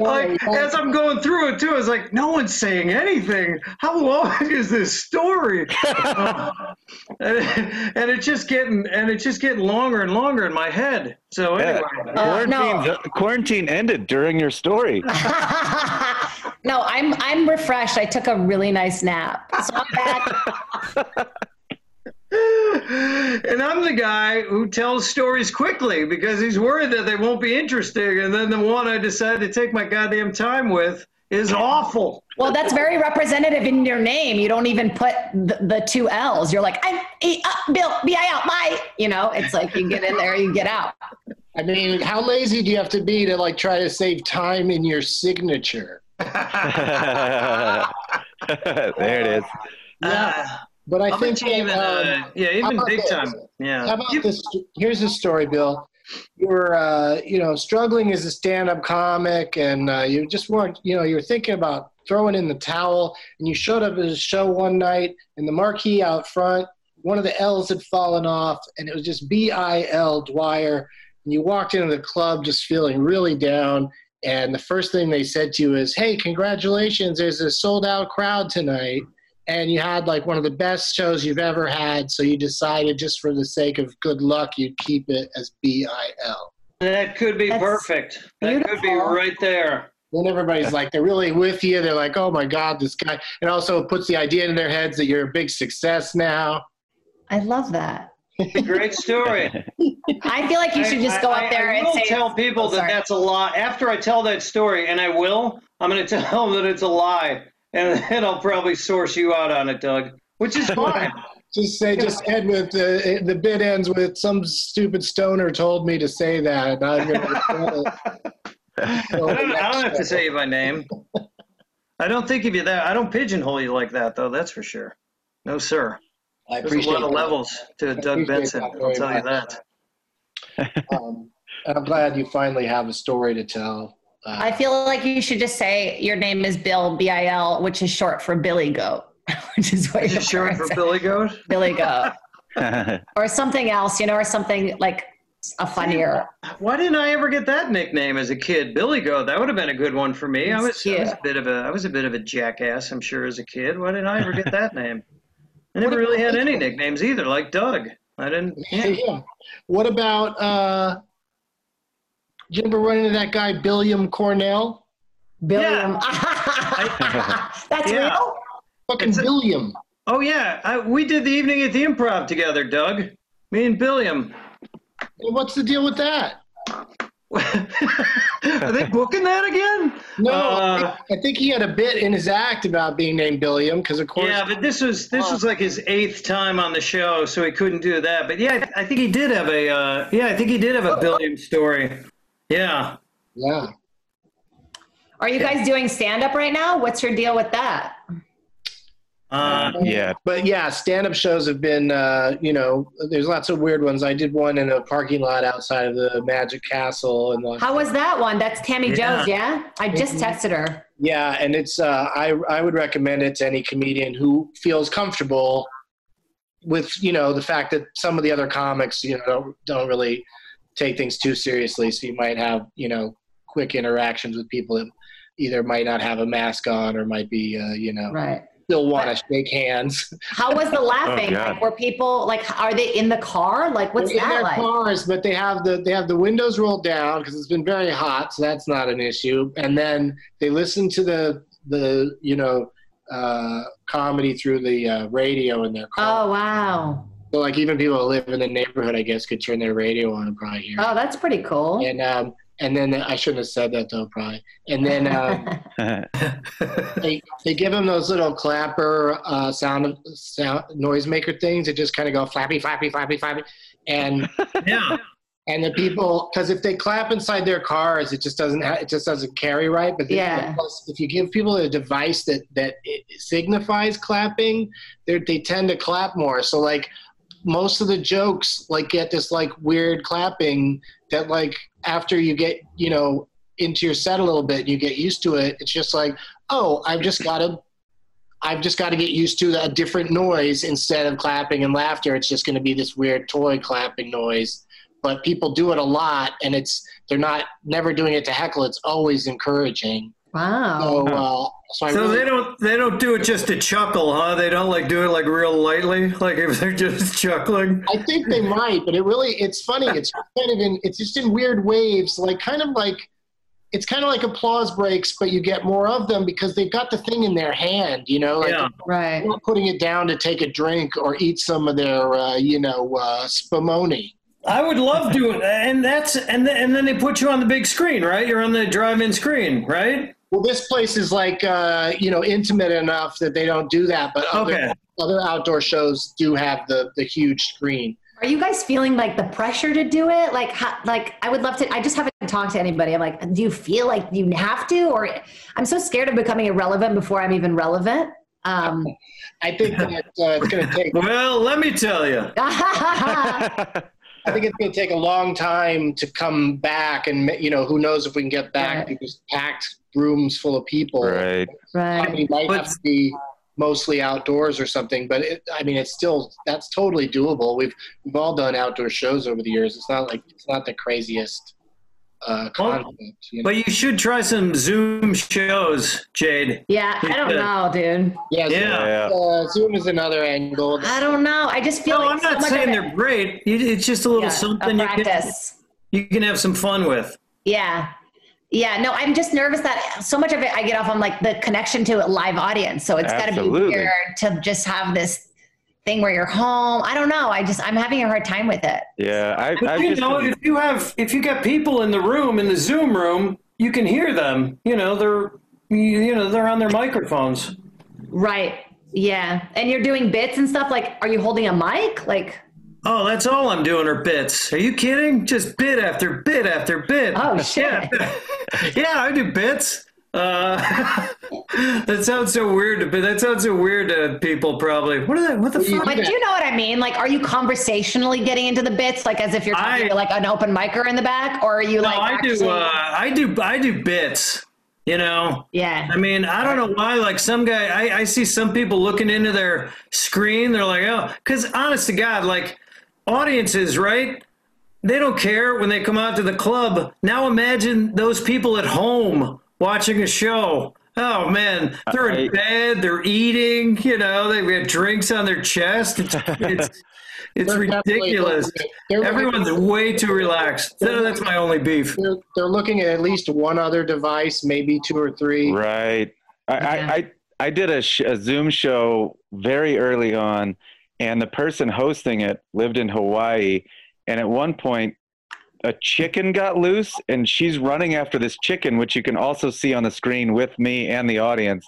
Speaker 4: like as I'm going through it too, it's like no one's saying anything. How long is this story? Uh, and, and it's just getting and it's just getting longer and longer in my head. So
Speaker 2: Yeah.
Speaker 4: anyway, uh,
Speaker 2: Quarantine,
Speaker 3: no.
Speaker 2: quarantine ended during your story.
Speaker 3: no, I'm I'm refreshed. I took a really nice nap. So I'm back.
Speaker 4: and I'm the guy who tells stories quickly because he's worried that they won't be interesting. And then the one I decide to take my goddamn time with is awful.
Speaker 3: Well, that's very representative in your name. You don't even put the, the two L's. You're like, I'm E- uh, Bill, B I L, my. You know, it's like you get in there, you get out.
Speaker 1: I mean, how lazy do you have to be to like try to save time in your signature?
Speaker 2: there it is.
Speaker 1: Uh,
Speaker 4: Yeah,
Speaker 1: But I
Speaker 4: I'm
Speaker 1: think
Speaker 4: into even,
Speaker 1: um,
Speaker 4: uh, yeah,
Speaker 1: how
Speaker 4: even
Speaker 1: about
Speaker 4: big
Speaker 1: this?
Speaker 4: time. Yeah.
Speaker 1: How about
Speaker 4: You-
Speaker 1: this? Here's a story, Bill. You were, uh, you know, struggling as a stand-up comic, and uh, you just weren't, you know, you were thinking about throwing in the towel. And you showed up at a show one night, and the marquee out front, one of the L's had fallen off, and it was just B I L Dwyer. And you walked into the club just feeling really down. And the first thing they said to you is, "Hey, congratulations! There's a sold-out crowd tonight." and you had like one of the best shows you've ever had, so you decided just for the sake of good luck, you'd keep it as B I L.
Speaker 4: That could be
Speaker 3: That's
Speaker 4: perfect. That could be
Speaker 3: beautiful.
Speaker 4: right there.
Speaker 1: Then everybody's like, they're really with you. They're like, oh my God, this guy. And also it puts the idea in their heads that you're a big success now.
Speaker 3: I love that.
Speaker 4: It's a great story.
Speaker 3: I feel like you should just go
Speaker 4: I-
Speaker 3: up there
Speaker 4: I, I
Speaker 3: and
Speaker 4: will
Speaker 3: say,
Speaker 4: tell people
Speaker 3: Oh,
Speaker 4: that
Speaker 3: sorry.
Speaker 4: that's a lie. After I tell that story, and I will, I'm going to tell them that it's a lie, and then I'll probably source you out on it, Doug, which is fine.
Speaker 1: Just say, just end with the, the bit ends with some stupid stoner told me to say that. And I'm going to.
Speaker 4: I, don't, I don't have to say my name. I don't think of you that. I don't pigeonhole you like that, though. That's for sure. No, sir.
Speaker 1: I
Speaker 4: There's a
Speaker 1: appreciate
Speaker 4: lot of
Speaker 1: that.
Speaker 4: levels to Doug
Speaker 1: appreciate
Speaker 4: Benson.
Speaker 1: that
Speaker 4: I'll
Speaker 1: very
Speaker 4: tell you
Speaker 1: much.
Speaker 4: that.
Speaker 1: Um, and I'm glad you finally have a story to tell. Uh,
Speaker 3: I feel like you should just say your name is Bill, B I L, which is short for Billy Goat, which is what
Speaker 4: Is
Speaker 3: your
Speaker 4: it short for
Speaker 3: parents-
Speaker 4: Billy Goat?
Speaker 3: Billy Goat, or something else, you know, or something like a funnier.
Speaker 4: Why didn't I ever get that nickname as a kid? Billy Goat. That would have been a good one for me. I
Speaker 3: That's
Speaker 4: was, I was a
Speaker 3: cute.
Speaker 4: bit of a I was a bit of a jackass, I'm sure, as a kid. Why didn't I ever get that name? I never really had any nicknames either, like Doug. I didn't. Yeah.
Speaker 1: yeah. What about uh did you ever run into that guy Billiam Cornell?
Speaker 3: Billiam.
Speaker 4: Yeah.
Speaker 3: That's
Speaker 4: Yeah.
Speaker 3: real?
Speaker 1: Fucking
Speaker 4: It's a-
Speaker 1: Billiam.
Speaker 4: Oh yeah, I, we did the evening at the Improv together, Doug. Me and um, Billiam.
Speaker 1: What's the deal with that?
Speaker 4: Are they booking that again?
Speaker 1: No,
Speaker 4: Uh,
Speaker 1: I, think, I think he had a bit in his act about being named Billiam because of course
Speaker 4: Yeah, but this was this was like his eighth time on the show, so he couldn't do that. But yeah, I think he did have a uh, yeah, I think he did have a Billiam story. Yeah.
Speaker 1: yeah.
Speaker 3: Are you guys doing stand up right now? What's your deal with that?
Speaker 4: Uh,
Speaker 2: yeah.
Speaker 1: But yeah, stand up shows have been uh, you know, there's lots of weird ones. I did one in a parking lot outside of the Magic Castle and the
Speaker 3: How was that one? That's Tammy
Speaker 4: Yeah. Mm-hmm.
Speaker 3: Jones, yeah? I just texted her.
Speaker 1: Yeah, and it's uh, I I would recommend it to any comedian who feels comfortable with you know the fact that some of the other comics you know don't, don't really take things too seriously, so you might have you know quick interactions with people that either might not have a mask on or might be uh, you know
Speaker 3: Right.
Speaker 1: still want to shake hands.
Speaker 3: How was
Speaker 4: Oh,
Speaker 3: the laughing?
Speaker 2: God.
Speaker 3: like, were people like, are they in the car? Like, what's
Speaker 1: They're in
Speaker 3: that
Speaker 1: their
Speaker 3: like?
Speaker 1: cars, but they have the they have the windows rolled down because it's been very hot, so that's not an issue. And then they listen to the the you know uh, comedy through the uh, radio in their car.
Speaker 3: Oh wow.
Speaker 1: So like even people that live in the neighborhood, I guess, could turn their radio on and probably hear. it.
Speaker 3: Oh, that's pretty cool.
Speaker 1: And um, and then I shouldn't have said that though, probably. And then
Speaker 3: uh,
Speaker 1: um, they they give them those little clapper uh, sound sound noisemaker things that just kind of go flappy, flappy, flappy, flappy, and
Speaker 4: Yeah.
Speaker 1: and the people because if they clap inside their cars, it just doesn't ha- it just doesn't carry right. But then-
Speaker 3: Yeah.
Speaker 1: plus, if you give people a device that that it signifies clapping, they they tend to clap more. So like most of the jokes like get this like weird clapping that like after you get you know into your set a little bit you get used to it it's just like oh i've just got to i've just got to get used to a different noise instead of clapping and laughter it's just going to be this weird toy clapping noise but people do it a lot and it's they're not never doing it to heckle it's always encouraging
Speaker 3: Wow.
Speaker 1: so uh, so, I
Speaker 4: Oh, So
Speaker 1: really-
Speaker 4: they don't they don't do it just to chuckle, huh? They don't like do it like real lightly, like if they're just chuckling.
Speaker 1: I think they might, but it really it's funny. It's kind of in it's just in weird waves, like kind of like it's kind of like applause breaks, but you get more of them because they've got the thing in their hand, you know, like
Speaker 4: Yeah.
Speaker 3: Right.
Speaker 1: they're not putting it down to take a drink or eat some of their uh, you know uh, spumoni.
Speaker 4: I would love to, and that's and then, and then they put you on the big screen, right? You're on the drive-in screen, right?
Speaker 1: Well, this place is like uh, you know intimate enough that they don't do that, but
Speaker 4: Okay.
Speaker 1: other, other outdoor shows do have the the huge screen.
Speaker 3: Are you guys feeling like the pressure to do it? Like, how, like I would love to. I just haven't talked to anybody. I'm like, do you feel like you have to, or I'm so scared of becoming irrelevant before I'm even relevant. Um,
Speaker 1: I think that uh, it's going to take
Speaker 4: Well, let me tell you.
Speaker 1: I think it's going to take a long time to come back, and you know, who knows if we can get back
Speaker 3: Right.
Speaker 1: to just packed rooms full of people.
Speaker 2: right.
Speaker 3: right.
Speaker 1: Comedy might
Speaker 4: But-
Speaker 1: have to be mostly outdoors or something, but it, I mean, it's still that's totally doable. We've we've all done outdoor shows over the years. It's not like it's not the craziest uh,
Speaker 4: Well,
Speaker 1: concept. you know?
Speaker 4: But you should try some Zoom shows, Jade.
Speaker 3: Yeah, I don't know, dude.
Speaker 1: yeah,
Speaker 2: Yeah.
Speaker 1: Zoom, uh, Zoom is another angle.
Speaker 3: I don't know. I just feel.
Speaker 4: No,
Speaker 3: like
Speaker 4: I'm
Speaker 3: so
Speaker 4: not
Speaker 3: much
Speaker 4: saying
Speaker 3: of
Speaker 4: they're
Speaker 3: it-
Speaker 4: great. You- It's just a little
Speaker 3: yeah,
Speaker 4: something
Speaker 3: a
Speaker 4: you can,
Speaker 3: practice.
Speaker 4: you can have some fun with.
Speaker 3: Yeah. Yeah, no, I'm just nervous that so much of it I get off on like the connection to a live audience. So it's got to be
Speaker 2: Absolutely.
Speaker 3: weird to just have this thing where you're home. I don't know. I just I'm having a hard time with it.
Speaker 2: Yeah. I,
Speaker 4: But
Speaker 2: I've
Speaker 4: you
Speaker 2: just
Speaker 4: know,
Speaker 2: been-
Speaker 4: if you have if you got people in the room in the Zoom room, you can hear them. You know, they're you you know they're on their microphones.
Speaker 3: Right. Yeah. And you're doing bits and stuff like are you holding a mic? Like
Speaker 4: Oh, that's all I'm doing are bits. Are you kidding? Just bit after bit after bit.
Speaker 3: Oh, shit.
Speaker 4: Yeah, yeah I do bits. Uh, that sounds so weird, to- but that sounds so weird to people. Probably. What are that? What the fuck?
Speaker 3: but you know what I mean? Like are you conversationally getting into the bits like as if you're talking
Speaker 4: I-
Speaker 3: to like an open micer in the back or are you
Speaker 4: No,
Speaker 3: like
Speaker 4: I do.
Speaker 3: actually-
Speaker 4: Uh, I do. I do bits. You know.
Speaker 3: Yeah.
Speaker 4: I mean, I don't know why. Like some guy, I, I see some people looking into their screen. They're like, oh, because honest to God, like audiences, right? They don't care when they come out to the club. Now imagine those people at home watching a show. Oh man, they're in
Speaker 2: I-
Speaker 4: bed, they're eating. You know, they've got drinks on their chest. It's it's, it's
Speaker 1: They're definitely-
Speaker 4: ridiculous.
Speaker 1: they're-
Speaker 4: Everyone's way too relaxed. So that's my only beef.
Speaker 1: They're, they're looking at at least one other device, maybe two or three.
Speaker 2: Right. I,
Speaker 3: Yeah.
Speaker 2: I, I, I did a, sh- a Zoom show very early on, and the person hosting it lived in Hawaii. And at one point, a chicken got loose, and she's running after this chicken, which you can also see on the screen with me and the audience.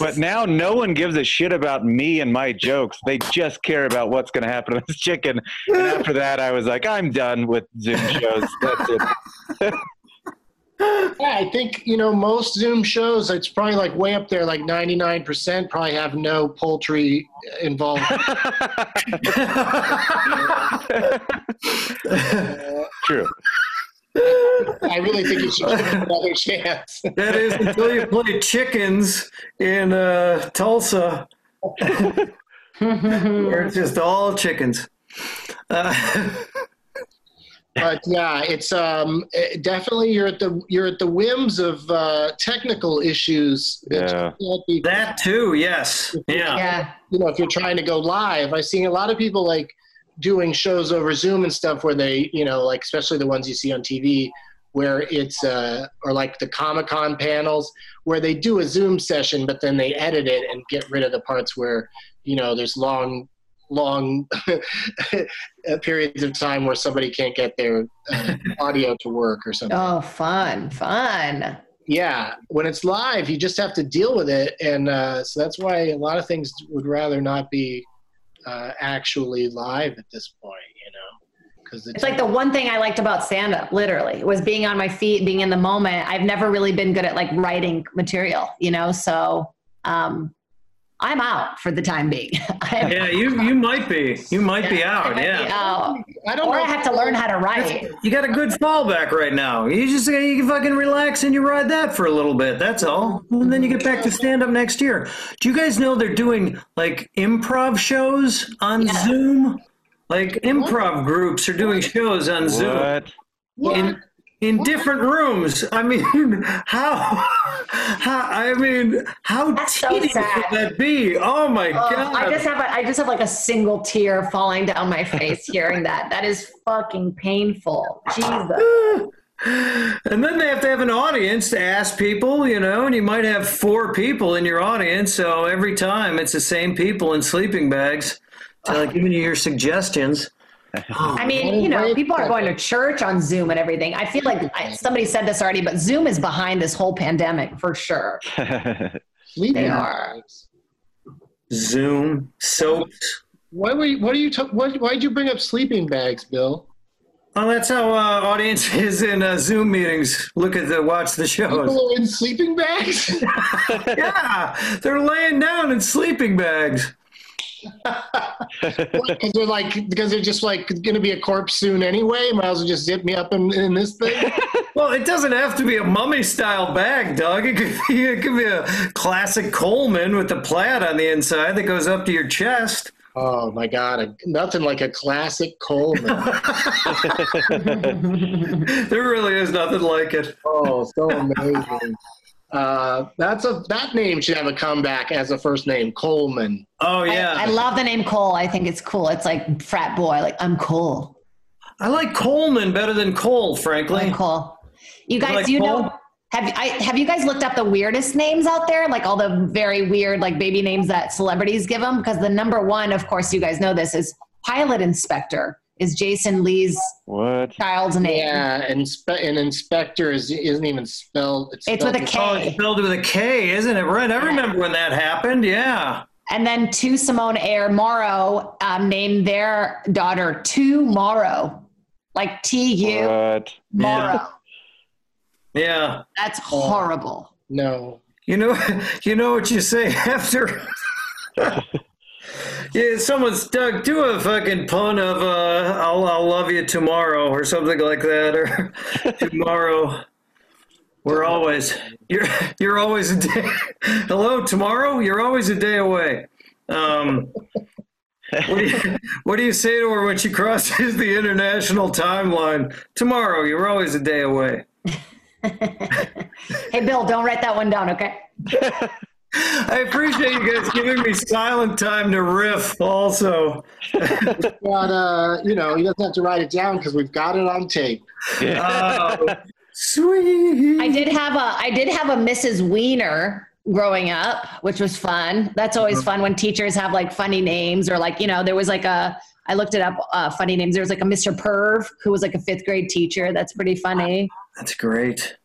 Speaker 2: But now no one gives a shit about me and my jokes. They just care about what's going to happen to this chicken. And after that, I was like, I'm done with Zoom shows. That's it.
Speaker 1: Yeah, I think you know most Zoom shows. It's probably like way up there, like ninety nine percent probably have no poultry involved.
Speaker 2: True.
Speaker 1: I really think you should give it another chance.
Speaker 4: That is until you play chickens in uh, Tulsa, where it's just all chickens. Uh,
Speaker 1: But yeah, it's um eh, definitely you're at the you're at the whims of uh, technical issues. It
Speaker 2: Yeah.
Speaker 1: can't be-
Speaker 4: that too, yes. Yeah.
Speaker 3: yeah.
Speaker 1: you know, if you're trying to go live, I've seen a lot of people like doing shows over Zoom and stuff where they, you know, like especially the ones you see on TV, where it's uh, or like the Comic Con panels where they do a Zoom session, but then they edit it and get rid of the parts where you know there's long, long periods of time where somebody can't get their uh, audio to work or something.
Speaker 3: Oh, fun, fun.
Speaker 1: Yeah, when it's live, you just have to deal with it, and uh, so that's why a lot of things would rather not be uh, actually live at this point. You know.
Speaker 3: It's like the one thing I liked about stand up, literally, was being on my feet, being in the moment. I've never really been good at like writing material, you know? So um, I'm out for the time being.
Speaker 4: yeah, you, you might be. You might yeah, be out.
Speaker 3: I
Speaker 4: yeah.
Speaker 3: Be out. I don't or know. I have to learn how to write.
Speaker 4: You got a good fallback right now. You just you can fucking relax and you ride that for a little bit. That's all. And then you get back to stand up next year. Do you guys know they're doing like improv shows on yeah. Zoom? Like improv groups are doing shows on Zoom.
Speaker 2: What?
Speaker 4: In, in what? different rooms. I mean, how? How? I mean, how
Speaker 3: That's so
Speaker 4: tedious
Speaker 3: sad.
Speaker 4: could that be? Oh my
Speaker 3: Uh,
Speaker 4: god!
Speaker 3: I just have a, I just have like a single tear falling down my face hearing that. That is fucking painful. Jesus.
Speaker 4: and then they have to have an audience to ask people, you know, and you might have four people in your audience. So every time it's the same people in sleeping bags, uh, giving you your suggestions.
Speaker 3: I mean, you know, people are going to church on Zoom and everything. I feel like I, somebody said this already, but Zoom is behind this whole pandemic for sure. They are.
Speaker 4: Zoom, soaps.
Speaker 1: Why were you, what are you ta- why why'd you bring up sleeping bags, Bill?
Speaker 4: Oh, that's how uh, audiences in uh, Zoom meetings look at the watch the shows.
Speaker 1: People are in sleeping bags?
Speaker 4: yeah, they're laying down in sleeping bags.
Speaker 1: Because they're like because they're just like gonna be a corpse soon anyway. Might as well just zip me up in, in this thing.
Speaker 4: Well, it doesn't have to be a mummy style bag, Doug. It could be it could be a classic Coleman with the plaid on the inside that goes up to your chest.
Speaker 1: oh my god, a, nothing like a classic Coleman.
Speaker 4: There really is nothing like it.
Speaker 1: oh, so amazing. Uh, that's a that name should have a comeback as a first name, Coleman.
Speaker 4: Oh yeah.
Speaker 3: I love the name Cole. I think it's cool. It's like frat boy. Like I'm cool.
Speaker 4: I like Coleman better than Cole, frankly.
Speaker 3: I'm cool. You guys,
Speaker 4: like
Speaker 3: you
Speaker 4: Cole?
Speaker 3: know, have I have you guys looked up the weirdest names out there? Like all the very weird like baby names that celebrities give them? Because the number one, of course, you guys know this is pilot inspector. Is Jason Lee's
Speaker 2: What?
Speaker 3: child's name?
Speaker 1: Yeah, and spe- an inspector is isn't even spelled.
Speaker 3: It's with
Speaker 1: spelled-
Speaker 3: a K.
Speaker 4: Oh, it's spelled with a K, isn't it? Right. I remember when that happened. Yeah.
Speaker 3: And then two Simone Air Morrow um, named their daughter Two Morrow, like T U
Speaker 2: What?
Speaker 3: Morrow.
Speaker 4: Yeah.
Speaker 3: That's horrible.
Speaker 1: No.
Speaker 4: You know, you know what you say after. yeah, someone's Doug. Do a fucking pun of uh, "I'll I'll love you tomorrow" or something like that, or tomorrow. We're always you're you're always a day. Hello, tomorrow. You're always a day away. Um, what, do you, what do you say to her when she crosses the international timeline? Tomorrow, you're always a day away.
Speaker 3: Hey, Bill, don't write that one down, okay?
Speaker 4: I appreciate you guys giving me silent time to riff also.
Speaker 1: But uh, you know, he doesn't have to write it down because we've got it on tape.
Speaker 3: Uh,
Speaker 4: Oh, sweet.
Speaker 3: I did have a I did have a Mrs. Wiener growing up, which was fun. That's always fun when teachers have like funny names or like you know there was like a I looked it up uh, funny names. There was like a Mr. Perv who was like a fifth grade teacher. That's pretty funny. Uh,
Speaker 4: That's great.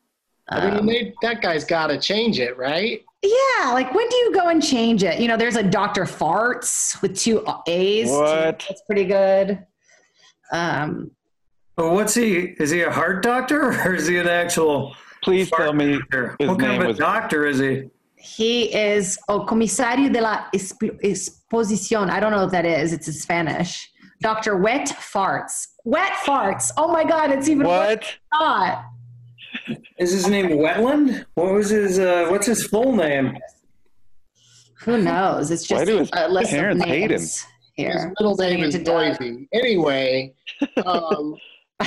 Speaker 1: I mean,
Speaker 3: Um.
Speaker 1: they, that guy's got to change it, right?
Speaker 3: Yeah, like when do you go and change it? You know, there's a Dr. Farts with two A's.
Speaker 2: What?
Speaker 3: That's pretty good. Um,
Speaker 4: Well, what's he? Is he a heart doctor or is he an actual
Speaker 2: Please tell me
Speaker 4: doctor?
Speaker 2: his
Speaker 4: what
Speaker 2: name
Speaker 4: kind of a
Speaker 2: was.
Speaker 4: doctor is he?
Speaker 3: He is O Comisario de la Esp- Exposición. I don't know what that is. It's in Spanish. Dr. Wet Farts. Wet Farts. Oh my God, it's even worse
Speaker 2: What?
Speaker 3: than I thought.
Speaker 4: Is his name Wetland? What was his? Uh, what's his full name?
Speaker 3: Who knows? It's
Speaker 2: Why
Speaker 3: just
Speaker 2: do his
Speaker 3: a list of
Speaker 2: parents hate
Speaker 3: names
Speaker 1: His
Speaker 3: here.
Speaker 1: middle
Speaker 3: Sending
Speaker 1: name
Speaker 3: it
Speaker 1: is
Speaker 3: to Doug.
Speaker 1: Noisy. Anyway, um,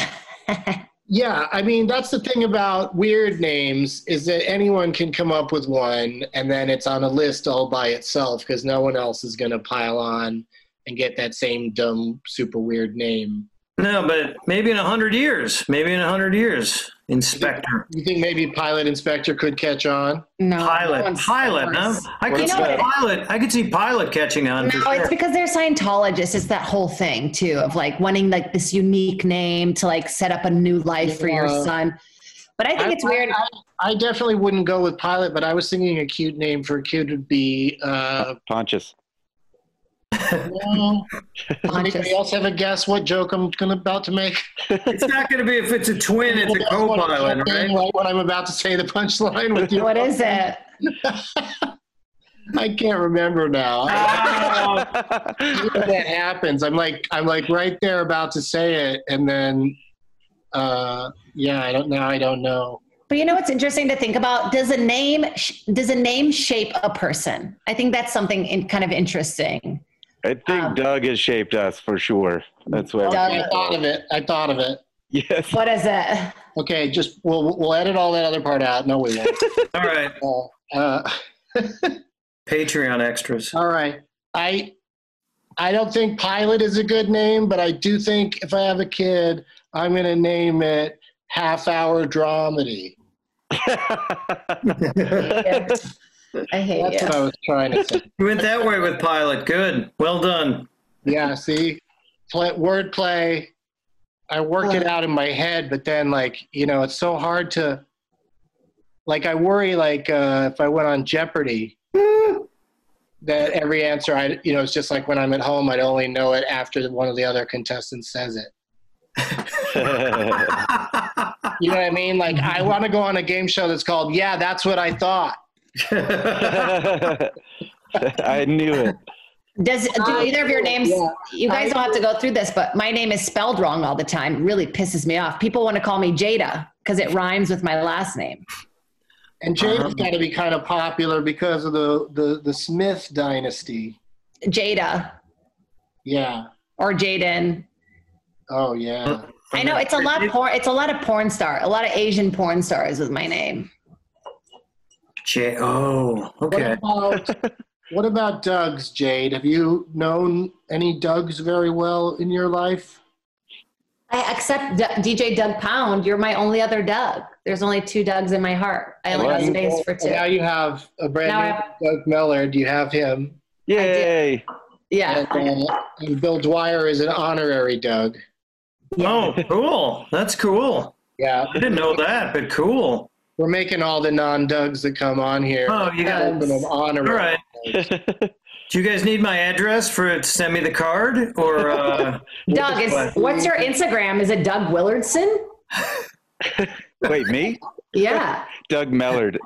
Speaker 1: yeah, I mean that's the thing about weird names is that anyone can come up with one, and then it's on a list all by itself because no one else is going to pile on and get that same dumb, super weird name.
Speaker 4: No, but maybe in a hundred years. Maybe in a hundred years, Inspector.
Speaker 1: You think maybe Pilot Inspector could catch on?
Speaker 3: No, that
Speaker 4: Pilot.
Speaker 3: one's
Speaker 4: Pilot, huh?
Speaker 3: worse.
Speaker 4: I
Speaker 3: You
Speaker 4: could
Speaker 3: know
Speaker 4: see
Speaker 3: what?
Speaker 4: pilot. I could see pilot catching on. for
Speaker 3: No,
Speaker 4: sure.
Speaker 3: it's because they're Scientologists. It's that whole thing too of like wanting like this unique name to like set up a new life for your
Speaker 1: Yeah.
Speaker 3: son. But I think it's weird.
Speaker 1: I definitely wouldn't go with Pilot, but I was thinking a cute name for a kid would be. Uh,
Speaker 2: Pontius.
Speaker 1: no. Does anybody
Speaker 3: Pontius.
Speaker 1: else have a guess what joke I'm gonna, about to make?
Speaker 4: It's not going to be if it's a twin, it's a
Speaker 1: That's what I'm
Speaker 4: co-pilot,
Speaker 1: saying
Speaker 4: right?
Speaker 1: right when I'm about to say the punchline with you.
Speaker 3: What is it?
Speaker 1: I can't remember now. that happens. I'm like I'm like right there about to say it, and then uh, yeah, I don't now I don't know.
Speaker 3: But you know what's interesting to think about? Does a name sh- does a name shape a person? I think that's something in, kind of interesting.
Speaker 2: I think
Speaker 3: Um,
Speaker 2: Doug has shaped us for sure. That's why.
Speaker 3: Doug-
Speaker 1: I thought of it. I thought of it.
Speaker 2: Yes.
Speaker 3: What is it?
Speaker 1: Okay, just we'll we'll edit all that other part out. No, we won't.
Speaker 4: All right,
Speaker 1: uh,
Speaker 4: Patreon extras.
Speaker 1: all right, I I don't think pilot is a good name, but I do think if I have a kid, I'm gonna name it half hour dramedy.
Speaker 3: I hate
Speaker 1: That's
Speaker 3: you.
Speaker 1: what I was trying to say.
Speaker 4: You went that way with pilot. Good. Well done.
Speaker 1: Yeah, see, play, word play. I worked it out in my head, but then like you know, it's so hard to. Like I worry, like uh, if I went on Jeopardy, that every answer I, you know, it's just like when I'm at home, I'd only know it after one of the other contestants says it. You know what I mean? Like I want to go on a game show that's called "Yeah, that's what I thought."
Speaker 2: I knew it.
Speaker 3: Does do either of your names?
Speaker 1: yeah.
Speaker 3: You guys don't have to go through this, but my name is spelled wrong all the time. It really pisses me off. People want to call me Jada because it rhymes with my last name.
Speaker 1: And James has got to be kind of popular because of the the the Smith dynasty.
Speaker 3: Jada
Speaker 1: Yeah.
Speaker 3: or Jaden.
Speaker 1: Oh yeah.
Speaker 3: I know it's a lot. Porn, it's a lot of porn star. A lot of Asian porn stars with my name.
Speaker 4: J. Oh, okay.
Speaker 1: What about, what about Doug's, Jade? Have you known any Doug's very well in your life?
Speaker 3: I accept D- DJ Doug Pound. You're my only other Doug. There's only two Dougs in my heart. I only have
Speaker 2: Right.
Speaker 3: space for two.
Speaker 1: Now you have a brand
Speaker 3: Now I
Speaker 1: new Doug Mellard. You have him.
Speaker 2: Yay.
Speaker 3: Yeah.
Speaker 1: And, uh, and Bill Dwyer is an honorary Doug.
Speaker 4: Oh, cool. That's cool.
Speaker 1: Yeah.
Speaker 4: I didn't know that, but cool.
Speaker 1: We're making all the non Dougs that come on here.
Speaker 4: Oh, you
Speaker 3: Uh,
Speaker 4: got
Speaker 1: making them honorary.
Speaker 4: All right. Do you guys need my address for to send me the card or? Uh,
Speaker 3: Doug is.
Speaker 4: what?
Speaker 3: What's your Instagram? Is it Doug Willardson?
Speaker 2: Wait, me?
Speaker 3: Yeah.
Speaker 2: Doug Mellard.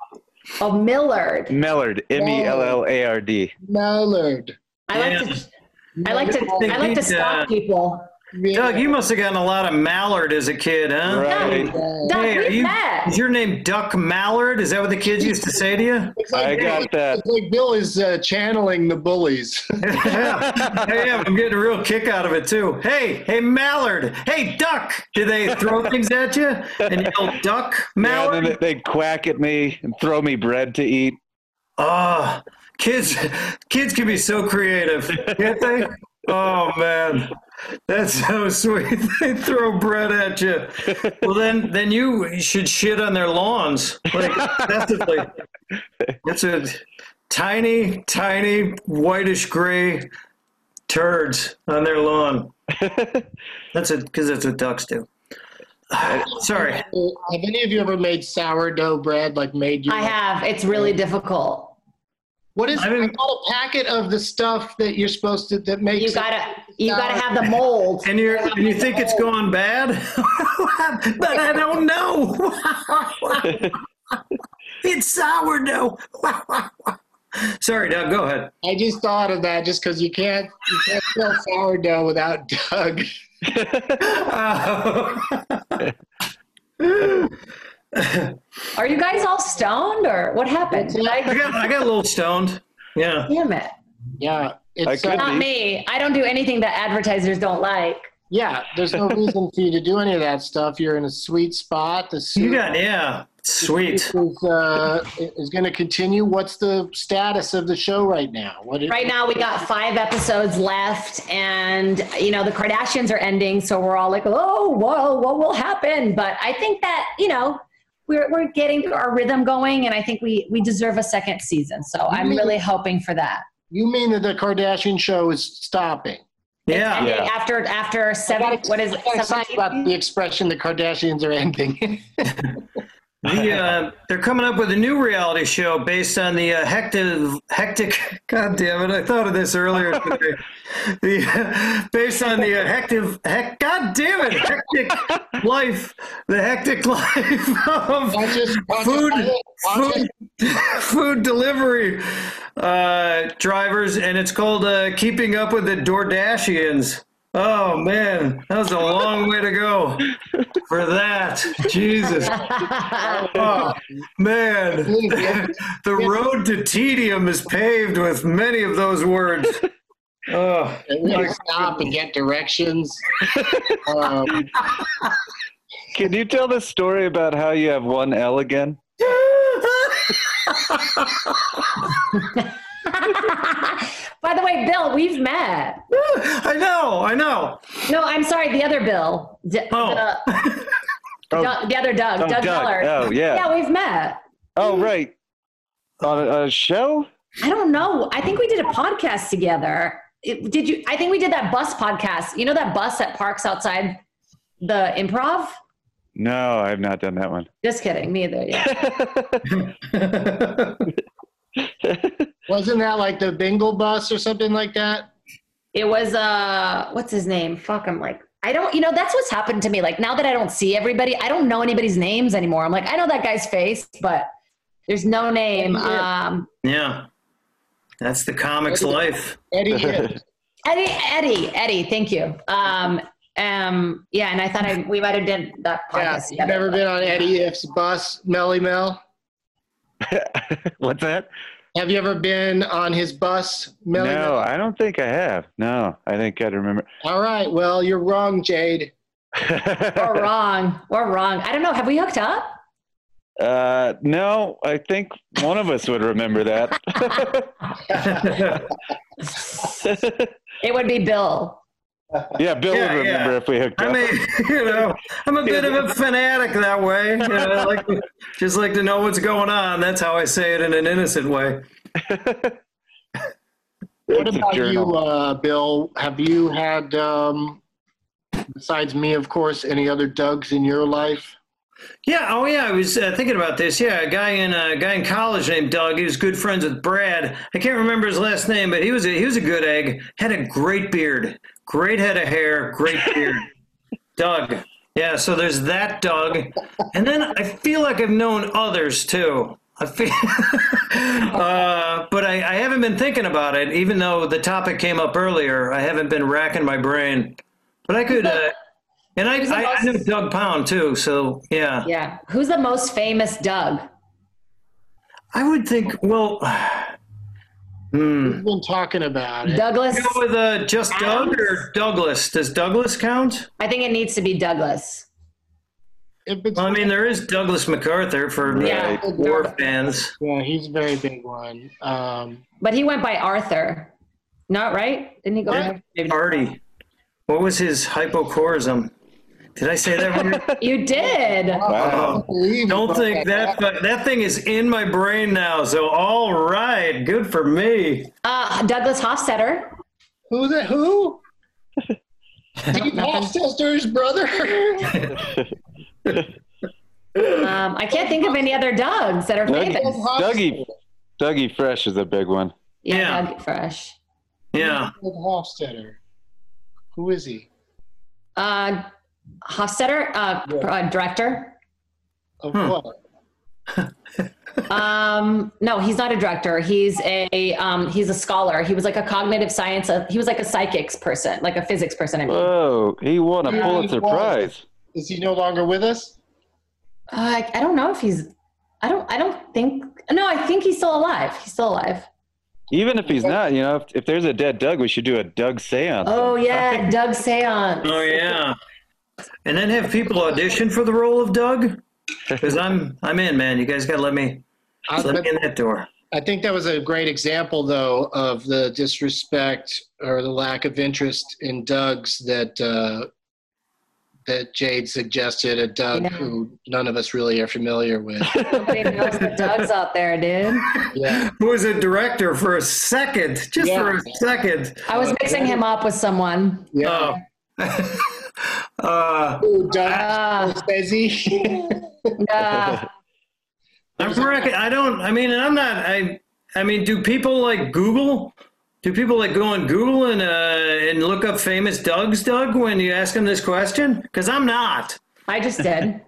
Speaker 3: Oh, Millard.
Speaker 2: Mellard. M E L L A R D.
Speaker 1: Mallard.
Speaker 3: I like
Speaker 4: Yeah.
Speaker 3: to. I like to. I like to stalk people.
Speaker 4: Doug, you must have gotten a lot of Mallard as a kid, huh?
Speaker 2: Right.
Speaker 3: Doug,
Speaker 4: Hey, are
Speaker 3: we
Speaker 4: you,
Speaker 3: met.
Speaker 4: is your name Duck Mallard? Is that what the kids used to say to you?
Speaker 1: It's
Speaker 2: I
Speaker 1: like,
Speaker 2: got that.
Speaker 1: it's like Bill is uh, channeling the bullies.
Speaker 4: yeah, yeah, I'm getting a real kick out of it too. Hey, hey, Mallard. Hey, Duck. Do they throw things at you and yell, Duck,
Speaker 2: Yeah,
Speaker 4: Mallard?
Speaker 2: and then they'd quack at me and throw me bread to eat.
Speaker 4: Oh, kids, kids can be so creative, can't they? Oh man, that's so sweet. they throw bread at you. Well, then, then you should shit on their lawns. Like, excessively. It's a tiny, tiny whitish gray turds on their lawn. That's it, because that's what ducks do. Sorry.
Speaker 1: have any of you ever made sourdough bread? Like made you?
Speaker 3: I have. It's really difficult.
Speaker 1: What is
Speaker 4: I didn't-
Speaker 1: I got a packet of the stuff that you're supposed to that makes
Speaker 3: You
Speaker 1: it-
Speaker 3: gotta. You gotta have the mold.
Speaker 4: And you and you think it's going bad, but I don't know. it's sourdough. Sorry, Doug. Go ahead.
Speaker 1: I just thought of that just because you can't you can't sell sourdough without Doug.
Speaker 3: Are you guys all stoned or what happened? Did
Speaker 4: I
Speaker 3: I,
Speaker 4: got I got a little stoned. Yeah.
Speaker 3: damn it.
Speaker 1: Yeah,
Speaker 2: I
Speaker 1: it's
Speaker 2: could
Speaker 1: uh,
Speaker 3: Not me. I don't do anything that advertisers don't like.
Speaker 1: Yeah, there's no reason for you to do any of that stuff. You're in a sweet spot. The suit
Speaker 4: You got yeah, sweet.
Speaker 1: is, uh, is going to continue. What's the status of the show right now? What is,
Speaker 3: Right now, we got five episodes left, and you know the Kardashians are ending, so we're all like, "Oh, whoa, what will happen?" But I think that you know we're we're getting our rhythm going, and I think we we deserve a second season. So I'm
Speaker 1: mean-
Speaker 3: really hoping for that.
Speaker 1: You mean that the Kardashian show is stopping?
Speaker 4: Yeah.
Speaker 3: Ending
Speaker 2: Yeah.
Speaker 3: After after seven, what is it?
Speaker 1: I'm excited about
Speaker 3: 17?
Speaker 1: the expression the Kardashians are ending.
Speaker 4: The, uh, they're coming up with a new reality show based on the uh, hectic, hectic. God damn it! I thought of this earlier. today. the uh, based on the uh, hectic, heck, God damn it, hectic life, the hectic life of
Speaker 1: Conscious- conscious
Speaker 4: food,
Speaker 1: diet, conscious-
Speaker 4: food, food delivery uh, drivers, and it's called uh, "Keeping Up with the DoorDashians." Oh man, that was a long way to go for that. Jesus. Oh, man, the road to tedium is paved with many of those words. Oh,
Speaker 1: we gotta stop and get directions. Um,
Speaker 2: Can you tell the story about how you have one L again?
Speaker 3: By the way, Bill, we've met.
Speaker 4: I know, I know.
Speaker 3: No, I'm sorry, the other Bill. D-
Speaker 4: Oh.
Speaker 3: the, Doug- the other Doug,
Speaker 2: Oh,
Speaker 3: Doug,
Speaker 2: Doug.
Speaker 3: Miller.
Speaker 2: Oh, yeah.
Speaker 3: Yeah, we've met.
Speaker 2: Oh, right. On a, a show?
Speaker 3: I don't know. I think we did a podcast together. It- did you? I think we did that bus podcast. You know that bus that parks outside the improv?
Speaker 2: No, I've not done that one.
Speaker 3: Just kidding. Me either. Yeah.
Speaker 1: wasn't that like the Bingle bus or something like that?
Speaker 3: It was uh what's his name? Fuck, I'm like I don't you know that's what's happened to me. Like now that I don't see everybody, I don't know anybody's names anymore. I'm like I know that guy's face, but there's no name. Um
Speaker 4: Yeah, that's the comic's life.
Speaker 1: Eddie Gibbs.
Speaker 3: Eddie Eddie Eddie, thank you. Um um yeah, and I thought I we might have done that
Speaker 1: Yeah,
Speaker 3: podcast.
Speaker 1: you've
Speaker 3: together,
Speaker 1: never
Speaker 3: but-
Speaker 1: been on Eddie If's bus, Melly Mel?
Speaker 2: What's that?
Speaker 1: Have you ever been on his bus, Melly
Speaker 2: No,
Speaker 1: Mel?
Speaker 2: I don't think I have. No, I think I'd remember.
Speaker 1: All right, well, you're wrong, Jade.
Speaker 3: We're wrong. We're wrong. I don't know. Have we hooked up?
Speaker 2: uh, no, I think one of us would remember that.
Speaker 3: It would be Bill.
Speaker 2: yeah, Bill
Speaker 4: Yeah,
Speaker 2: would remember
Speaker 4: yeah.
Speaker 2: if we hooked up.
Speaker 4: I mean, you know, I'm a bit of a fanatic that way. You know, I like to, just like to know what's going on. That's how I say it in an innocent way.
Speaker 1: What
Speaker 2: It's a
Speaker 1: about you,
Speaker 2: journal.
Speaker 1: uh, Bill? Have you had, um, besides me, of course, any other Dougs in your life?
Speaker 4: Yeah. Oh, yeah. I was uh, thinking about this. Yeah, a guy in uh, a guy in college named Doug. He was good friends with Brad. I can't remember his last name, but he was a, he was a good egg. Had a great beard, great head of hair, great beard. Doug. Yeah. So there's that Doug, and then I feel like I've known others too. I feel, uh, but I, I haven't been thinking about it. Even though the topic came up earlier, I haven't been racking my brain. But I could, uh, and I, I, I know Doug Pound too. So yeah.
Speaker 3: Yeah. Who's the most famous Doug?
Speaker 4: I would think, well,
Speaker 1: We've been talking about it.
Speaker 3: Douglas.
Speaker 4: go with uh, just Doug or Douglas. Does Douglas count?
Speaker 3: I think it needs to be Douglas.
Speaker 1: If it's-
Speaker 4: Well, I mean, there is Douglas MacArthur for
Speaker 3: Yeah.
Speaker 4: uh, war fans.
Speaker 1: yeah, he's a very big one. Um,
Speaker 3: But he went by Arthur. Not right? Didn't he go by Maybe not.
Speaker 4: Artie. What was his hypochorism? Did I say that weird?
Speaker 3: You did.
Speaker 2: Wow.
Speaker 1: believe
Speaker 4: Don't
Speaker 1: about
Speaker 4: think that that thing is in my brain now. So all right, good for me.
Speaker 3: Uh, Douglas Hofstetter.
Speaker 1: Who the who? Steve Halstester's brother.
Speaker 3: Um, I can't think of any other Dougs that are
Speaker 2: Dougie,
Speaker 3: famous.
Speaker 2: Dougie, Dougie Fresh is a big one.
Speaker 3: Yeah,
Speaker 4: Yeah.
Speaker 3: Doug Fresh.
Speaker 4: Yeah,
Speaker 1: Steve Halstetter. Who is he?
Speaker 3: Uh, Hofstetter, uh, pr- uh, director.
Speaker 1: Of
Speaker 2: Hmm.
Speaker 1: what?
Speaker 3: Um, no, he's not a director. He's a um, he's a scholar. He was like a cognitive science. Of, he was like a psychics person, like a physics person. I mean, uh,
Speaker 2: Whoa, he won a
Speaker 1: Yeah, he
Speaker 2: Pulitzer
Speaker 1: won.
Speaker 2: Prize.
Speaker 1: Is he no longer with us?
Speaker 3: Uh, I, I don't know if he's. I don't. I don't think. No, I think he's still alive. He's still alive.
Speaker 2: Even if he's not, you know, if, if there's a dead Doug, we should do a Doug seance.
Speaker 3: Oh yeah, Doug Seance.
Speaker 4: Oh yeah. And then have people audition for the role of Doug? Because I'm I'm in, man. You guys gotta let me
Speaker 1: I,
Speaker 4: let me in that door.
Speaker 1: I think that was a great example, though, of the disrespect or the lack of interest in Doug's that uh, that Jade suggested. A Doug
Speaker 3: Yeah.
Speaker 1: who none of us really are familiar with.
Speaker 3: Nobody knows the Doug's out there, dude.
Speaker 1: yeah,
Speaker 4: Who was a director for a second? Just
Speaker 3: Yeah.
Speaker 4: for a second.
Speaker 3: I was mixing him up with someone.
Speaker 1: yeah.
Speaker 4: Oh. Uh, uh,
Speaker 1: Ooh, Doug
Speaker 3: Ah.
Speaker 4: Oh.
Speaker 1: Scorsese.
Speaker 3: Uh,
Speaker 4: I'm reckon, I don't. I mean, I'm not. I. I mean, do people like Google? Do people like go on Google and uh, and look up famous Doug's Doug when you ask them this question? Because I'm not.
Speaker 3: I just did.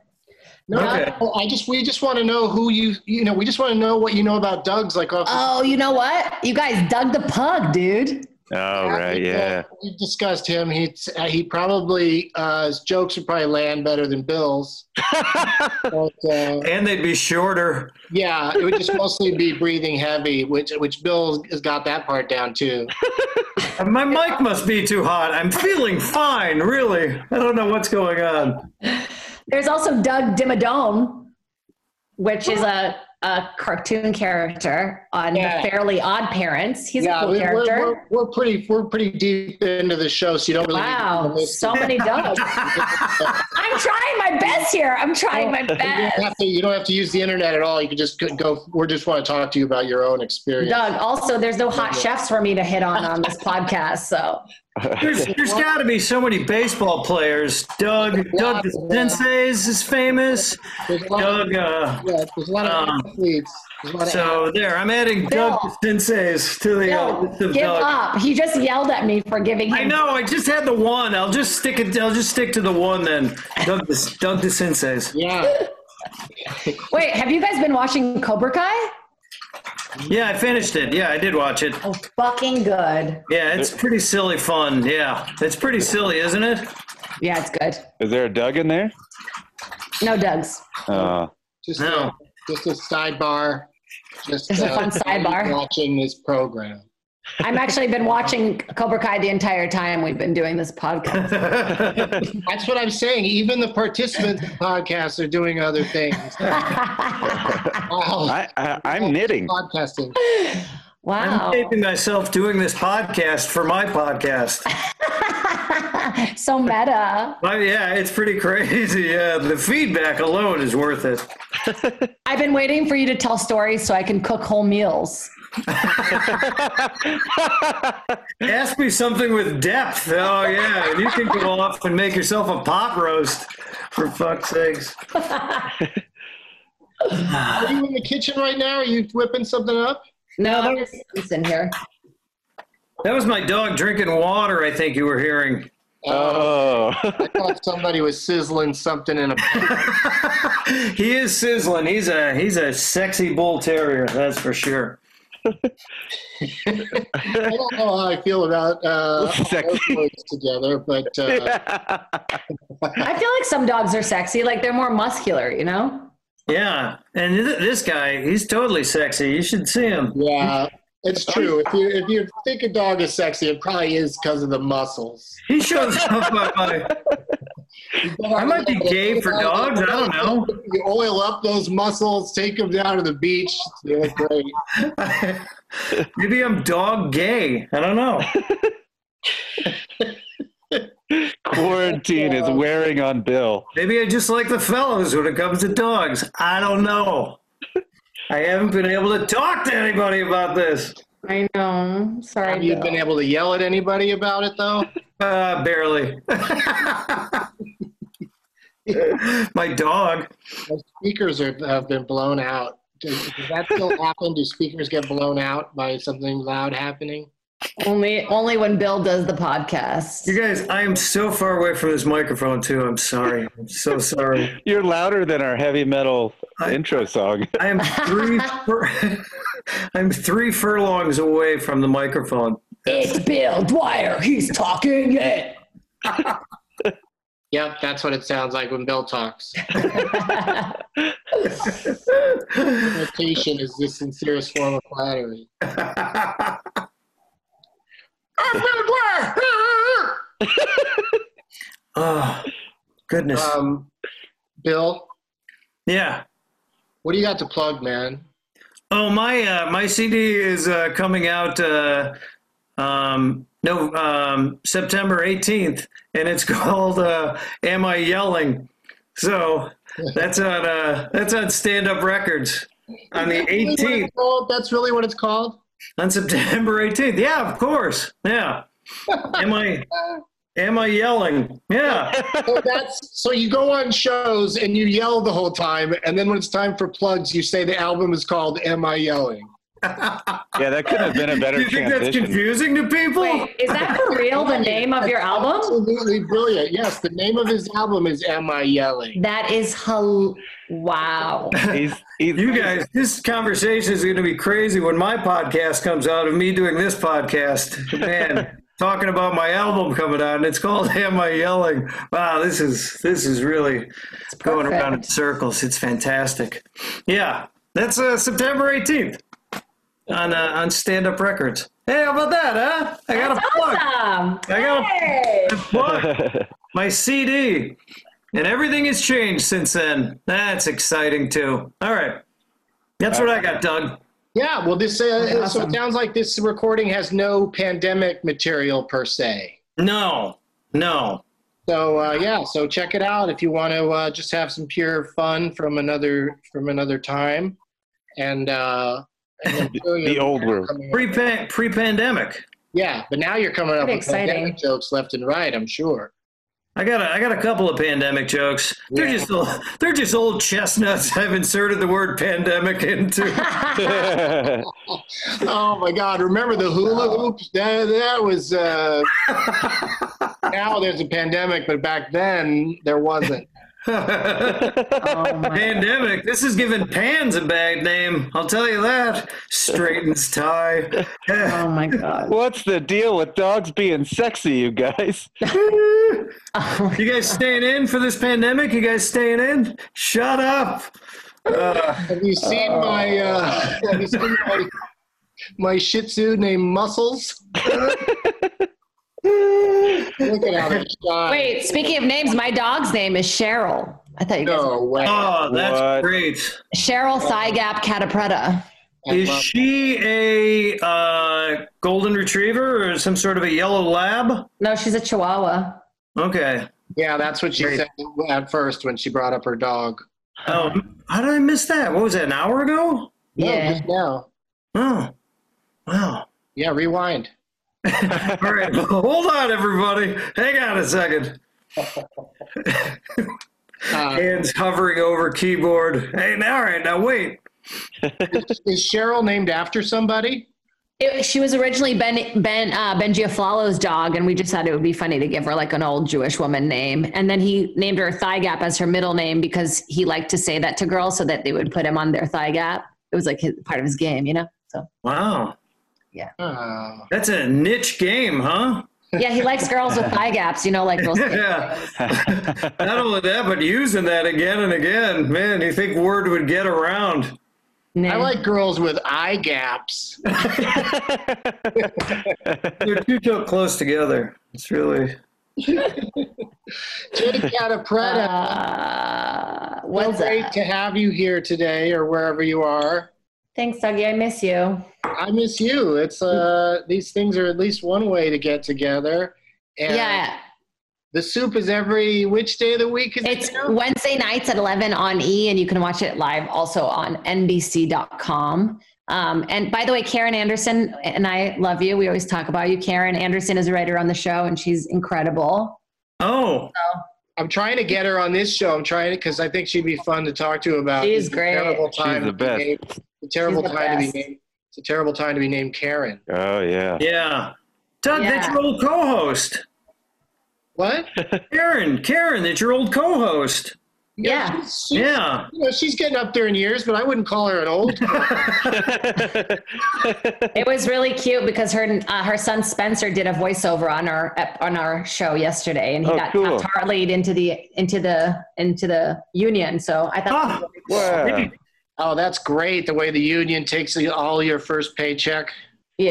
Speaker 1: no,
Speaker 4: Okay.
Speaker 1: no, I just we just want to know who you you know we just want to know what you know about Doug's like off. the
Speaker 3: Oh, you know what? You guys dug the pug, dude.
Speaker 2: Oh, right, yeah.
Speaker 1: We've discussed him. He he probably uh, his jokes would probably land better than Bill's. but, uh,
Speaker 4: And they'd be shorter.
Speaker 1: yeah, it would just mostly be breathing heavy, which which Bill has got that part down too.
Speaker 4: My mic must be too hot. I'm feeling fine, really. I don't know what's going on.
Speaker 3: There's also Doug Dimmadome, which is a, a cartoon character on
Speaker 1: Yeah.
Speaker 3: the Fairly Odd Parents. He's
Speaker 1: yeah,
Speaker 3: a cool
Speaker 1: we- we're,
Speaker 3: character.
Speaker 1: we're, we're pretty we're pretty deep into the show, so you don't really. need to
Speaker 3: wow,
Speaker 1: miss-
Speaker 3: so many Dougs. I'm trying my best here. I'm trying my
Speaker 1: You don't,
Speaker 3: best.
Speaker 1: have to, you don't have to use the internet at all. You can just go- go. We just want to talk to you about your own experience.
Speaker 3: Doug, also, there's no hot chefs for me to hit on on this podcast. So,
Speaker 4: There's, there's got to be so many baseball players. Doug, Doug the Sensei's is famous.
Speaker 1: There's a lot of,
Speaker 4: Doug, uh,
Speaker 1: yeah, there's a lot of
Speaker 4: um,
Speaker 1: athletes. There's a lot of
Speaker 4: so there, I'm adding Doug the Sensei's to the uh,
Speaker 3: Bill,
Speaker 4: list of
Speaker 3: give
Speaker 4: Doug.
Speaker 3: up. He just yelled at me for giving him.
Speaker 4: I know. I just had the one. I'll just stick it. I'll just stick to the one then. Doug the Doug the Sensei's.
Speaker 1: yeah.
Speaker 3: Wait, have you guys been watching Cobra Kai?
Speaker 4: Yeah, I finished it. Yeah, I did watch it.
Speaker 3: Oh, fucking good.
Speaker 4: Yeah, it's pretty silly fun. Yeah, it's pretty silly, isn't it?
Speaker 3: Yeah, it's good.
Speaker 2: Is there a Doug in there?
Speaker 3: No Doug's.
Speaker 2: Oh,
Speaker 1: Just
Speaker 4: No.
Speaker 1: a, just a sidebar. Just uh,
Speaker 3: There's a fun sidebar.
Speaker 1: Watching this program.
Speaker 3: I'm actually been watching Cobra Kai the entire time we've been doing this podcast.
Speaker 1: That's what I'm saying. Even the participants in podcasts are doing other things. wow.
Speaker 2: I, I, I'm knitting.
Speaker 1: Podcasting.
Speaker 3: Wow.
Speaker 4: I'm taping myself doing this podcast for my podcast.
Speaker 3: so meta.
Speaker 4: Oh, yeah, it's pretty crazy. Yeah, the feedback alone is worth it.
Speaker 3: I've been waiting for you to tell stories so I can cook whole meals.
Speaker 4: Ask me something with depth. Oh yeah, and you can go off and make yourself a pot roast. For fuck's sakes.
Speaker 1: Are you in the kitchen right now? Are you whipping something up?
Speaker 3: No, I'm just I'm sitting here.
Speaker 4: That was my dog drinking water. I think you were hearing.
Speaker 2: Oh.
Speaker 1: I thought somebody was sizzling something in a.
Speaker 4: He is sizzling. He's a he's a sexy bull terrier. That's for sure.
Speaker 1: I don't know how I feel about uh, all
Speaker 2: Sexy.
Speaker 1: those words together, but uh,
Speaker 3: I feel like some dogs are sexy, like they're more muscular, you know?
Speaker 4: Yeah, and th- this guy, he's totally sexy. You should see him.
Speaker 1: yeah, it's true. If you if you think a dog is sexy, it probably is because of the muscles.
Speaker 4: He shows up by my. I might be gay for dogs. I don't know.
Speaker 1: You oil up those muscles, take them down to the beach. They look great.
Speaker 4: Maybe I'm dog gay. I don't know.
Speaker 2: Quarantine is wearing on Bill.
Speaker 4: Maybe I just like the fellows when it comes to dogs. I don't know. I haven't been able to talk to anybody about this.
Speaker 3: I know.
Speaker 1: Have
Speaker 3: Sorry.
Speaker 1: you been able to yell at anybody about it though?
Speaker 4: Uh, barely. my dog.
Speaker 1: The speakers are, have been blown out. Does, does that still happen? Do speakers get blown out by something loud happening?
Speaker 3: Only only when Bill does the podcast.
Speaker 4: You guys, I am so far away from this microphone too. I'm sorry. I'm so sorry.
Speaker 2: You're louder than our heavy metal intro song.
Speaker 4: I am three. Fur- I'm three furlongs away from the microphone.
Speaker 3: It's Bill Dwyer. He's talking it.
Speaker 1: Yep, that's what it sounds like when Bill talks. Imitation is the sincerest form of flattery.
Speaker 4: Oh, goodness.
Speaker 1: Um, Bill,
Speaker 4: yeah.
Speaker 1: what do you got to plug, man?
Speaker 4: Oh, my uh, my CD is uh, coming out uh, um, no um, September eighteenth, and it's called uh, "Am I Yelling?" So that's on uh, that's on Stand Up Records on the eighteenth
Speaker 1: Oh, that's really what it's called?
Speaker 4: on September eighteenth. Yeah, of course. Yeah. Am I am I yelling? Yeah.
Speaker 1: So that's so you go on shows and you yell the whole time, and then when it's time for plugs, you say the album is called "Am I Yelling?"
Speaker 2: Yeah, that could have been a better
Speaker 4: you think that's
Speaker 2: transition.
Speaker 4: confusing to people?
Speaker 3: Wait, is that for real the name of your album?
Speaker 1: Absolutely brilliant. Yes, the name of his album is "Am I Yelling?"
Speaker 3: That is hel- wow.
Speaker 2: He's, he's,
Speaker 4: You guys, this conversation is going to be crazy when my podcast comes out of me doing this podcast. Man, talking about my album coming out, and it's called "Am I Yelling?" Wow, this is this is really going around in
Speaker 3: perfect.
Speaker 4: circles. It's fantastic. Yeah, that's uh, September eighteenth on uh, on Stand Up Records. Hey, how about that, huh? I got a plug.
Speaker 3: Awesome.
Speaker 4: I got a
Speaker 3: Um, Hey.
Speaker 4: plug. my CD, and everything has changed since then. That's exciting too. All right, that's what I got, Doug.
Speaker 1: Yeah. Well, this uh, so it sounds like this recording has no pandemic material per se.
Speaker 4: No, no.
Speaker 1: So uh, yeah, so check it out if you want to uh, just have some pure fun from another from another time, and uh, and enjoy
Speaker 2: The
Speaker 1: your-
Speaker 2: old world.
Speaker 4: Pre pre pandemic.
Speaker 1: Yeah, but now you're coming up
Speaker 3: Pretty
Speaker 1: with pandemic
Speaker 3: exciting.
Speaker 1: jokes left and right. I'm sure.
Speaker 4: I got a, I got a couple of pandemic jokes. They're just old, they're just old chestnuts. I've inserted the word pandemic into.
Speaker 1: Oh my God! Remember the hula hoops? That, that was. Uh, now there's a pandemic, but back then there wasn't.
Speaker 4: pandemic. This is giving pans a bad name. I'll tell you that. Straightens tie.
Speaker 3: Oh my god.
Speaker 2: What's the deal with dogs being sexy, you guys?
Speaker 4: You guys staying in for this pandemic? You guys staying in? Shut up.
Speaker 1: Have you seen
Speaker 4: Oh.
Speaker 1: my? Uh, have you seen my, my Shih Tzu named Muscles? Look at how they shine.
Speaker 3: Wait, speaking of names, my dog's name is Cheryl. I thought you guys
Speaker 1: No way.
Speaker 4: Oh, that's
Speaker 2: What?
Speaker 4: great.
Speaker 3: Cheryl Thigap Catapretta.
Speaker 4: Is she a uh, golden retriever or some sort of a yellow lab?
Speaker 3: No, she's a Chihuahua.
Speaker 4: Okay.
Speaker 1: Yeah, that's what she said at first when she brought up her dog.
Speaker 4: Oh, how did I miss that? What was that? An hour ago?
Speaker 1: No,
Speaker 3: Yeah.
Speaker 1: just now.
Speaker 4: Oh, wow.
Speaker 1: Yeah, rewind.
Speaker 4: All right, well, hold on, everybody. Hang on a second.
Speaker 1: Uh, Uh-huh.
Speaker 4: Hands hovering over keyboard. Hey, now, all right, now wait.
Speaker 1: Is Cheryl named after somebody?
Speaker 3: It, she was originally Ben Ben uh, Ben Giafalo's dog, and we just thought it would be funny to give her like an old Jewish woman name. And then he named her Thigh Gap as her middle name because he liked to say that to girls so that they would put him on their thigh gap. It was like his, part of his game, you know. So
Speaker 4: Wow,
Speaker 1: Oh.
Speaker 4: that's a niche game, huh?
Speaker 3: yeah, he likes girls with thigh gaps, you know, like girls.
Speaker 4: Yeah. Not only that, but using that again and again. Man, you think word would get around?
Speaker 1: I like girls with eye gaps.
Speaker 4: They're too too close together. It's really.
Speaker 1: Jake Catapretta,
Speaker 3: Uh,
Speaker 1: so
Speaker 3: what's
Speaker 1: great
Speaker 3: up?
Speaker 1: to have you here today or wherever you are.
Speaker 3: Thanks, Dougie. I miss you.
Speaker 1: I miss you. It's uh,
Speaker 3: Mm.
Speaker 1: these things are at least one way to get together. And
Speaker 3: yeah.
Speaker 1: The soup is every which day of the week is
Speaker 3: It's
Speaker 1: it? now?
Speaker 3: Wednesday nights at 11 on E, and you can watch it live also on NBC.com. Um, and by the way, Karen Anderson and I love you. We always talk about you. Karen Anderson is a writer on the show, and she's incredible.
Speaker 4: Oh,
Speaker 1: I'm trying to get her on this show. I'm trying to because I think she'd be fun to talk to about.
Speaker 3: She's
Speaker 1: It's a
Speaker 3: great.
Speaker 1: Terrible
Speaker 2: She's
Speaker 1: time
Speaker 2: the
Speaker 1: to be
Speaker 2: best.
Speaker 1: named- it's a terrible
Speaker 3: She's the
Speaker 1: time to
Speaker 3: best.
Speaker 1: be named. It's a terrible time to be named Karen.
Speaker 2: oh yeah.
Speaker 4: yeah. Doug, that's
Speaker 3: Yeah.
Speaker 4: your old co-host.
Speaker 1: What?
Speaker 4: Karen, Karen, that's your old co-host.
Speaker 1: You know,
Speaker 3: Yeah.
Speaker 1: she's, she's-
Speaker 4: Yeah.
Speaker 1: you know, she's getting up there in years, but I wouldn't call her an old.
Speaker 3: It was really cute because her uh, her son Spencer did a voiceover on our ep- on our show yesterday, and he
Speaker 2: Oh,
Speaker 3: got
Speaker 2: cool.
Speaker 3: top tarlied into the into the into the union. So I thought
Speaker 4: Ah,
Speaker 2: Wow.
Speaker 1: Oh, that's great! The way the union takes the- all your first paycheck.
Speaker 3: Yeah.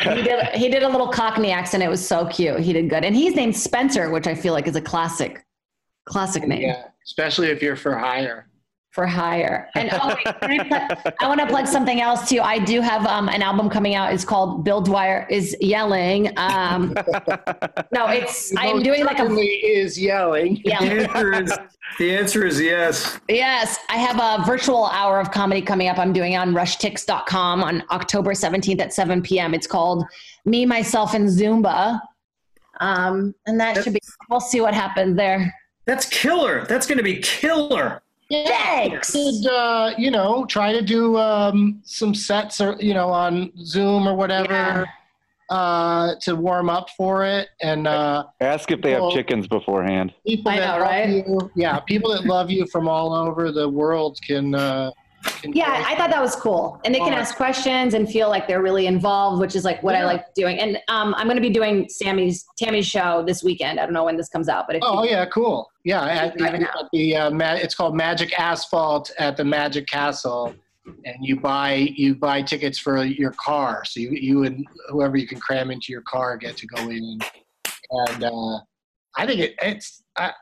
Speaker 2: Yeah.
Speaker 3: He did he did a little Cockney accent. It was so cute. He did good. And he's named Spencer, which I feel like is a classic classic name
Speaker 1: Yeah, especially if you're for hire.
Speaker 3: for hire. And oh wait, can I, plug- I want to plug something else too. I do have um, an album coming out. It's called Bill Dwyer is yelling. Um, no, it's I'm
Speaker 1: Most
Speaker 3: doing like a
Speaker 1: certainly is yelling.
Speaker 3: yeah,
Speaker 4: The answer is the answer is yes.
Speaker 3: Yes, I have a virtual hour of comedy coming up. I'm doing it on rushtix.com on October 17th at 7 p.m. It's called Me, Myself, and Zumba. Um, and that should be, we'll see what happens there.
Speaker 4: That's killer. That's going to be killer.
Speaker 3: Thanks.
Speaker 1: Could uh, you know try to do um, some sets or you know on Zoom or whatever uh, to warm up for it and uh,
Speaker 2: Ask if they have
Speaker 1: Well-
Speaker 2: chickens beforehand.
Speaker 1: people
Speaker 3: I
Speaker 1: that
Speaker 3: know,
Speaker 1: love
Speaker 3: right?
Speaker 1: you, yeah, people that love you from all over the world can. Uh, can
Speaker 3: Yeah, I thought that was cool. And they can ask questions and feel like they're really involved, which is like what I like doing. And um, I'm going to be doing Sammy's Tammy's show this weekend. I don't know when this comes out, but if
Speaker 1: Oh yeah, cool. Yeah, I,
Speaker 3: Keep driving
Speaker 1: I- the uh, ma- it's called Magic Asphalt at the Magic Castle, and you buy you buy tickets for your car. So you you and whoever you can cram into your car get to go in, and uh, I think it, it's I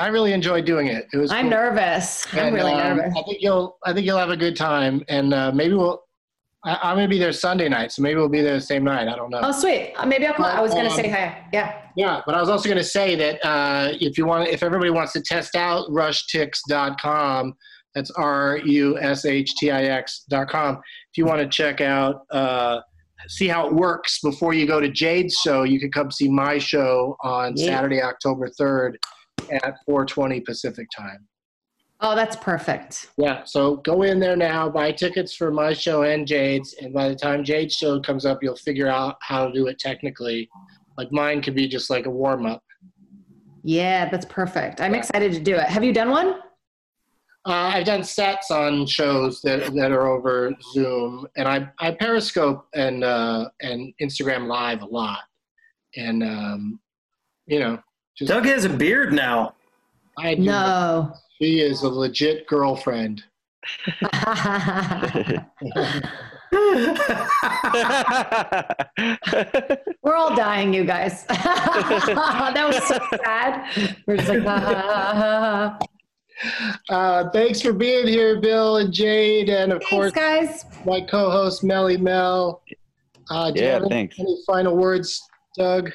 Speaker 1: I really enjoyed doing it. It was.
Speaker 3: I'm
Speaker 1: cool.
Speaker 3: nervous. I'm
Speaker 1: And,
Speaker 3: really
Speaker 1: um,
Speaker 3: nervous.
Speaker 1: I think you'll I think you'll have a good time, and uh, maybe we'll. I, I'm gonna be there Sunday night, so maybe we'll be there the same night. I don't know.
Speaker 3: Oh, sweet. Uh, Maybe I'll call. I was going to
Speaker 1: Um,
Speaker 3: say hi. Yeah.
Speaker 1: Yeah, but I was also going to say that uh, if you want, if everybody wants to test out rushtix.com, that's R U S H T I X dot com. If you want to check out, uh, see how it works before you go to Jade's show, you can come see my show on
Speaker 3: Yeah.
Speaker 1: Saturday, October third, at 4:20 Pacific time.
Speaker 3: Oh, that's perfect.
Speaker 1: Yeah, so go in there now, buy tickets for my show and Jade's, and by the time Jade's show comes up, you'll figure out how to do it technically. Like mine could be just like a warm up.
Speaker 3: Yeah, that's perfect. I'm
Speaker 1: Yeah.
Speaker 3: excited to do it. Have you done one?
Speaker 1: Uh, I've done sets on shows that, that are over Zoom, and I, I Periscope and uh, and Instagram Live a lot, and um, you know, just
Speaker 4: Doug has a beard now.
Speaker 1: I do,
Speaker 3: No.
Speaker 1: she is a legit girlfriend.
Speaker 3: We're all dying, you guys. that was so sad. We're just like, ha, ha, ha, ha, ha.
Speaker 1: Uh, thanks for being here, Bill and Jade, and of course
Speaker 3: thanks, guys.
Speaker 1: my co-host Melly Mel. Uh, do you
Speaker 2: Yeah,
Speaker 1: have any-
Speaker 2: thanks.
Speaker 1: Any final words, Doug?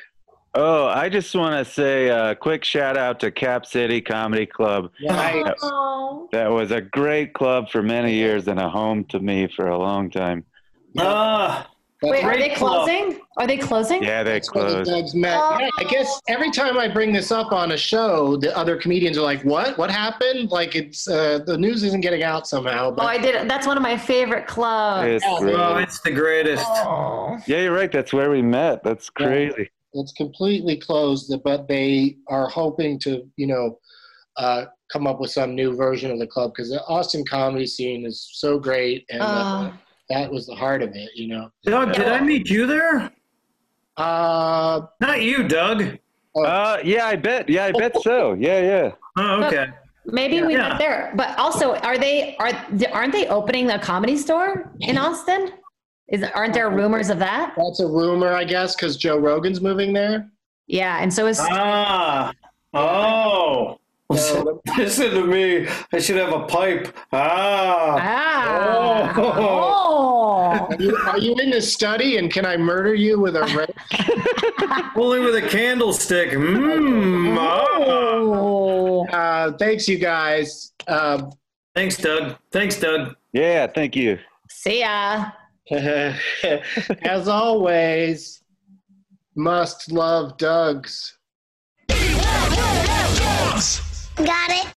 Speaker 2: Oh, I just want to say a quick shout out to Cap City Comedy Club.
Speaker 1: Yeah.
Speaker 3: Oh.
Speaker 2: That was a great club for many years and a home to me for a long time.
Speaker 4: Ah,
Speaker 3: Wait, are
Speaker 4: Great
Speaker 3: they
Speaker 4: club.
Speaker 3: closing? Are they closing?
Speaker 2: Yeah, they
Speaker 1: That's where the
Speaker 2: closed.
Speaker 1: Doug's met.
Speaker 3: Oh.
Speaker 1: Yeah, I guess every time I bring this up on a show, the other comedians are like, "What? What happened? Like it's uh, the news isn't getting out somehow."
Speaker 3: Oh, I
Speaker 1: But
Speaker 3: did. That's one of my favorite clubs.
Speaker 2: It's
Speaker 4: oh,
Speaker 2: great.
Speaker 4: it's the greatest.
Speaker 2: Yeah, you're right. That's where we met. That's
Speaker 1: Yeah.
Speaker 2: crazy.
Speaker 1: it's completely closed. But they are hoping to, you know, uh, come up with some new version of the club because the Austin comedy scene is so great, and uh,
Speaker 3: Oh.
Speaker 1: that was the heart of it, you know.
Speaker 4: Doug, did I meet you there?
Speaker 1: Uh,
Speaker 4: Not you, Doug.
Speaker 2: Uh, yeah, I bet. Yeah, I bet so. Yeah, yeah.
Speaker 4: Oh, okay.
Speaker 3: Maybe we
Speaker 4: Yeah.
Speaker 3: went there. But also, are they are aren't they opening a comedy store in Austin? Is aren't there rumors of that?
Speaker 1: that's a rumor, I guess, because Joe Rogan's moving there.
Speaker 3: Yeah, and so is
Speaker 4: Ah. Oh. Listen to me. I should have a pipe. Ah.
Speaker 3: Ah.
Speaker 4: Oh.
Speaker 3: Oh.
Speaker 1: Are you, are you in this study? And can I murder you with a rape?
Speaker 4: Only with a candlestick. Mmm. Ah.
Speaker 3: Oh.
Speaker 1: Uh, thanks, you guys. Uh,
Speaker 4: Thanks, Doug. Thanks, Doug.
Speaker 2: Yeah, thank you.
Speaker 3: See ya.
Speaker 1: as always, must love Doug's.
Speaker 7: Got it.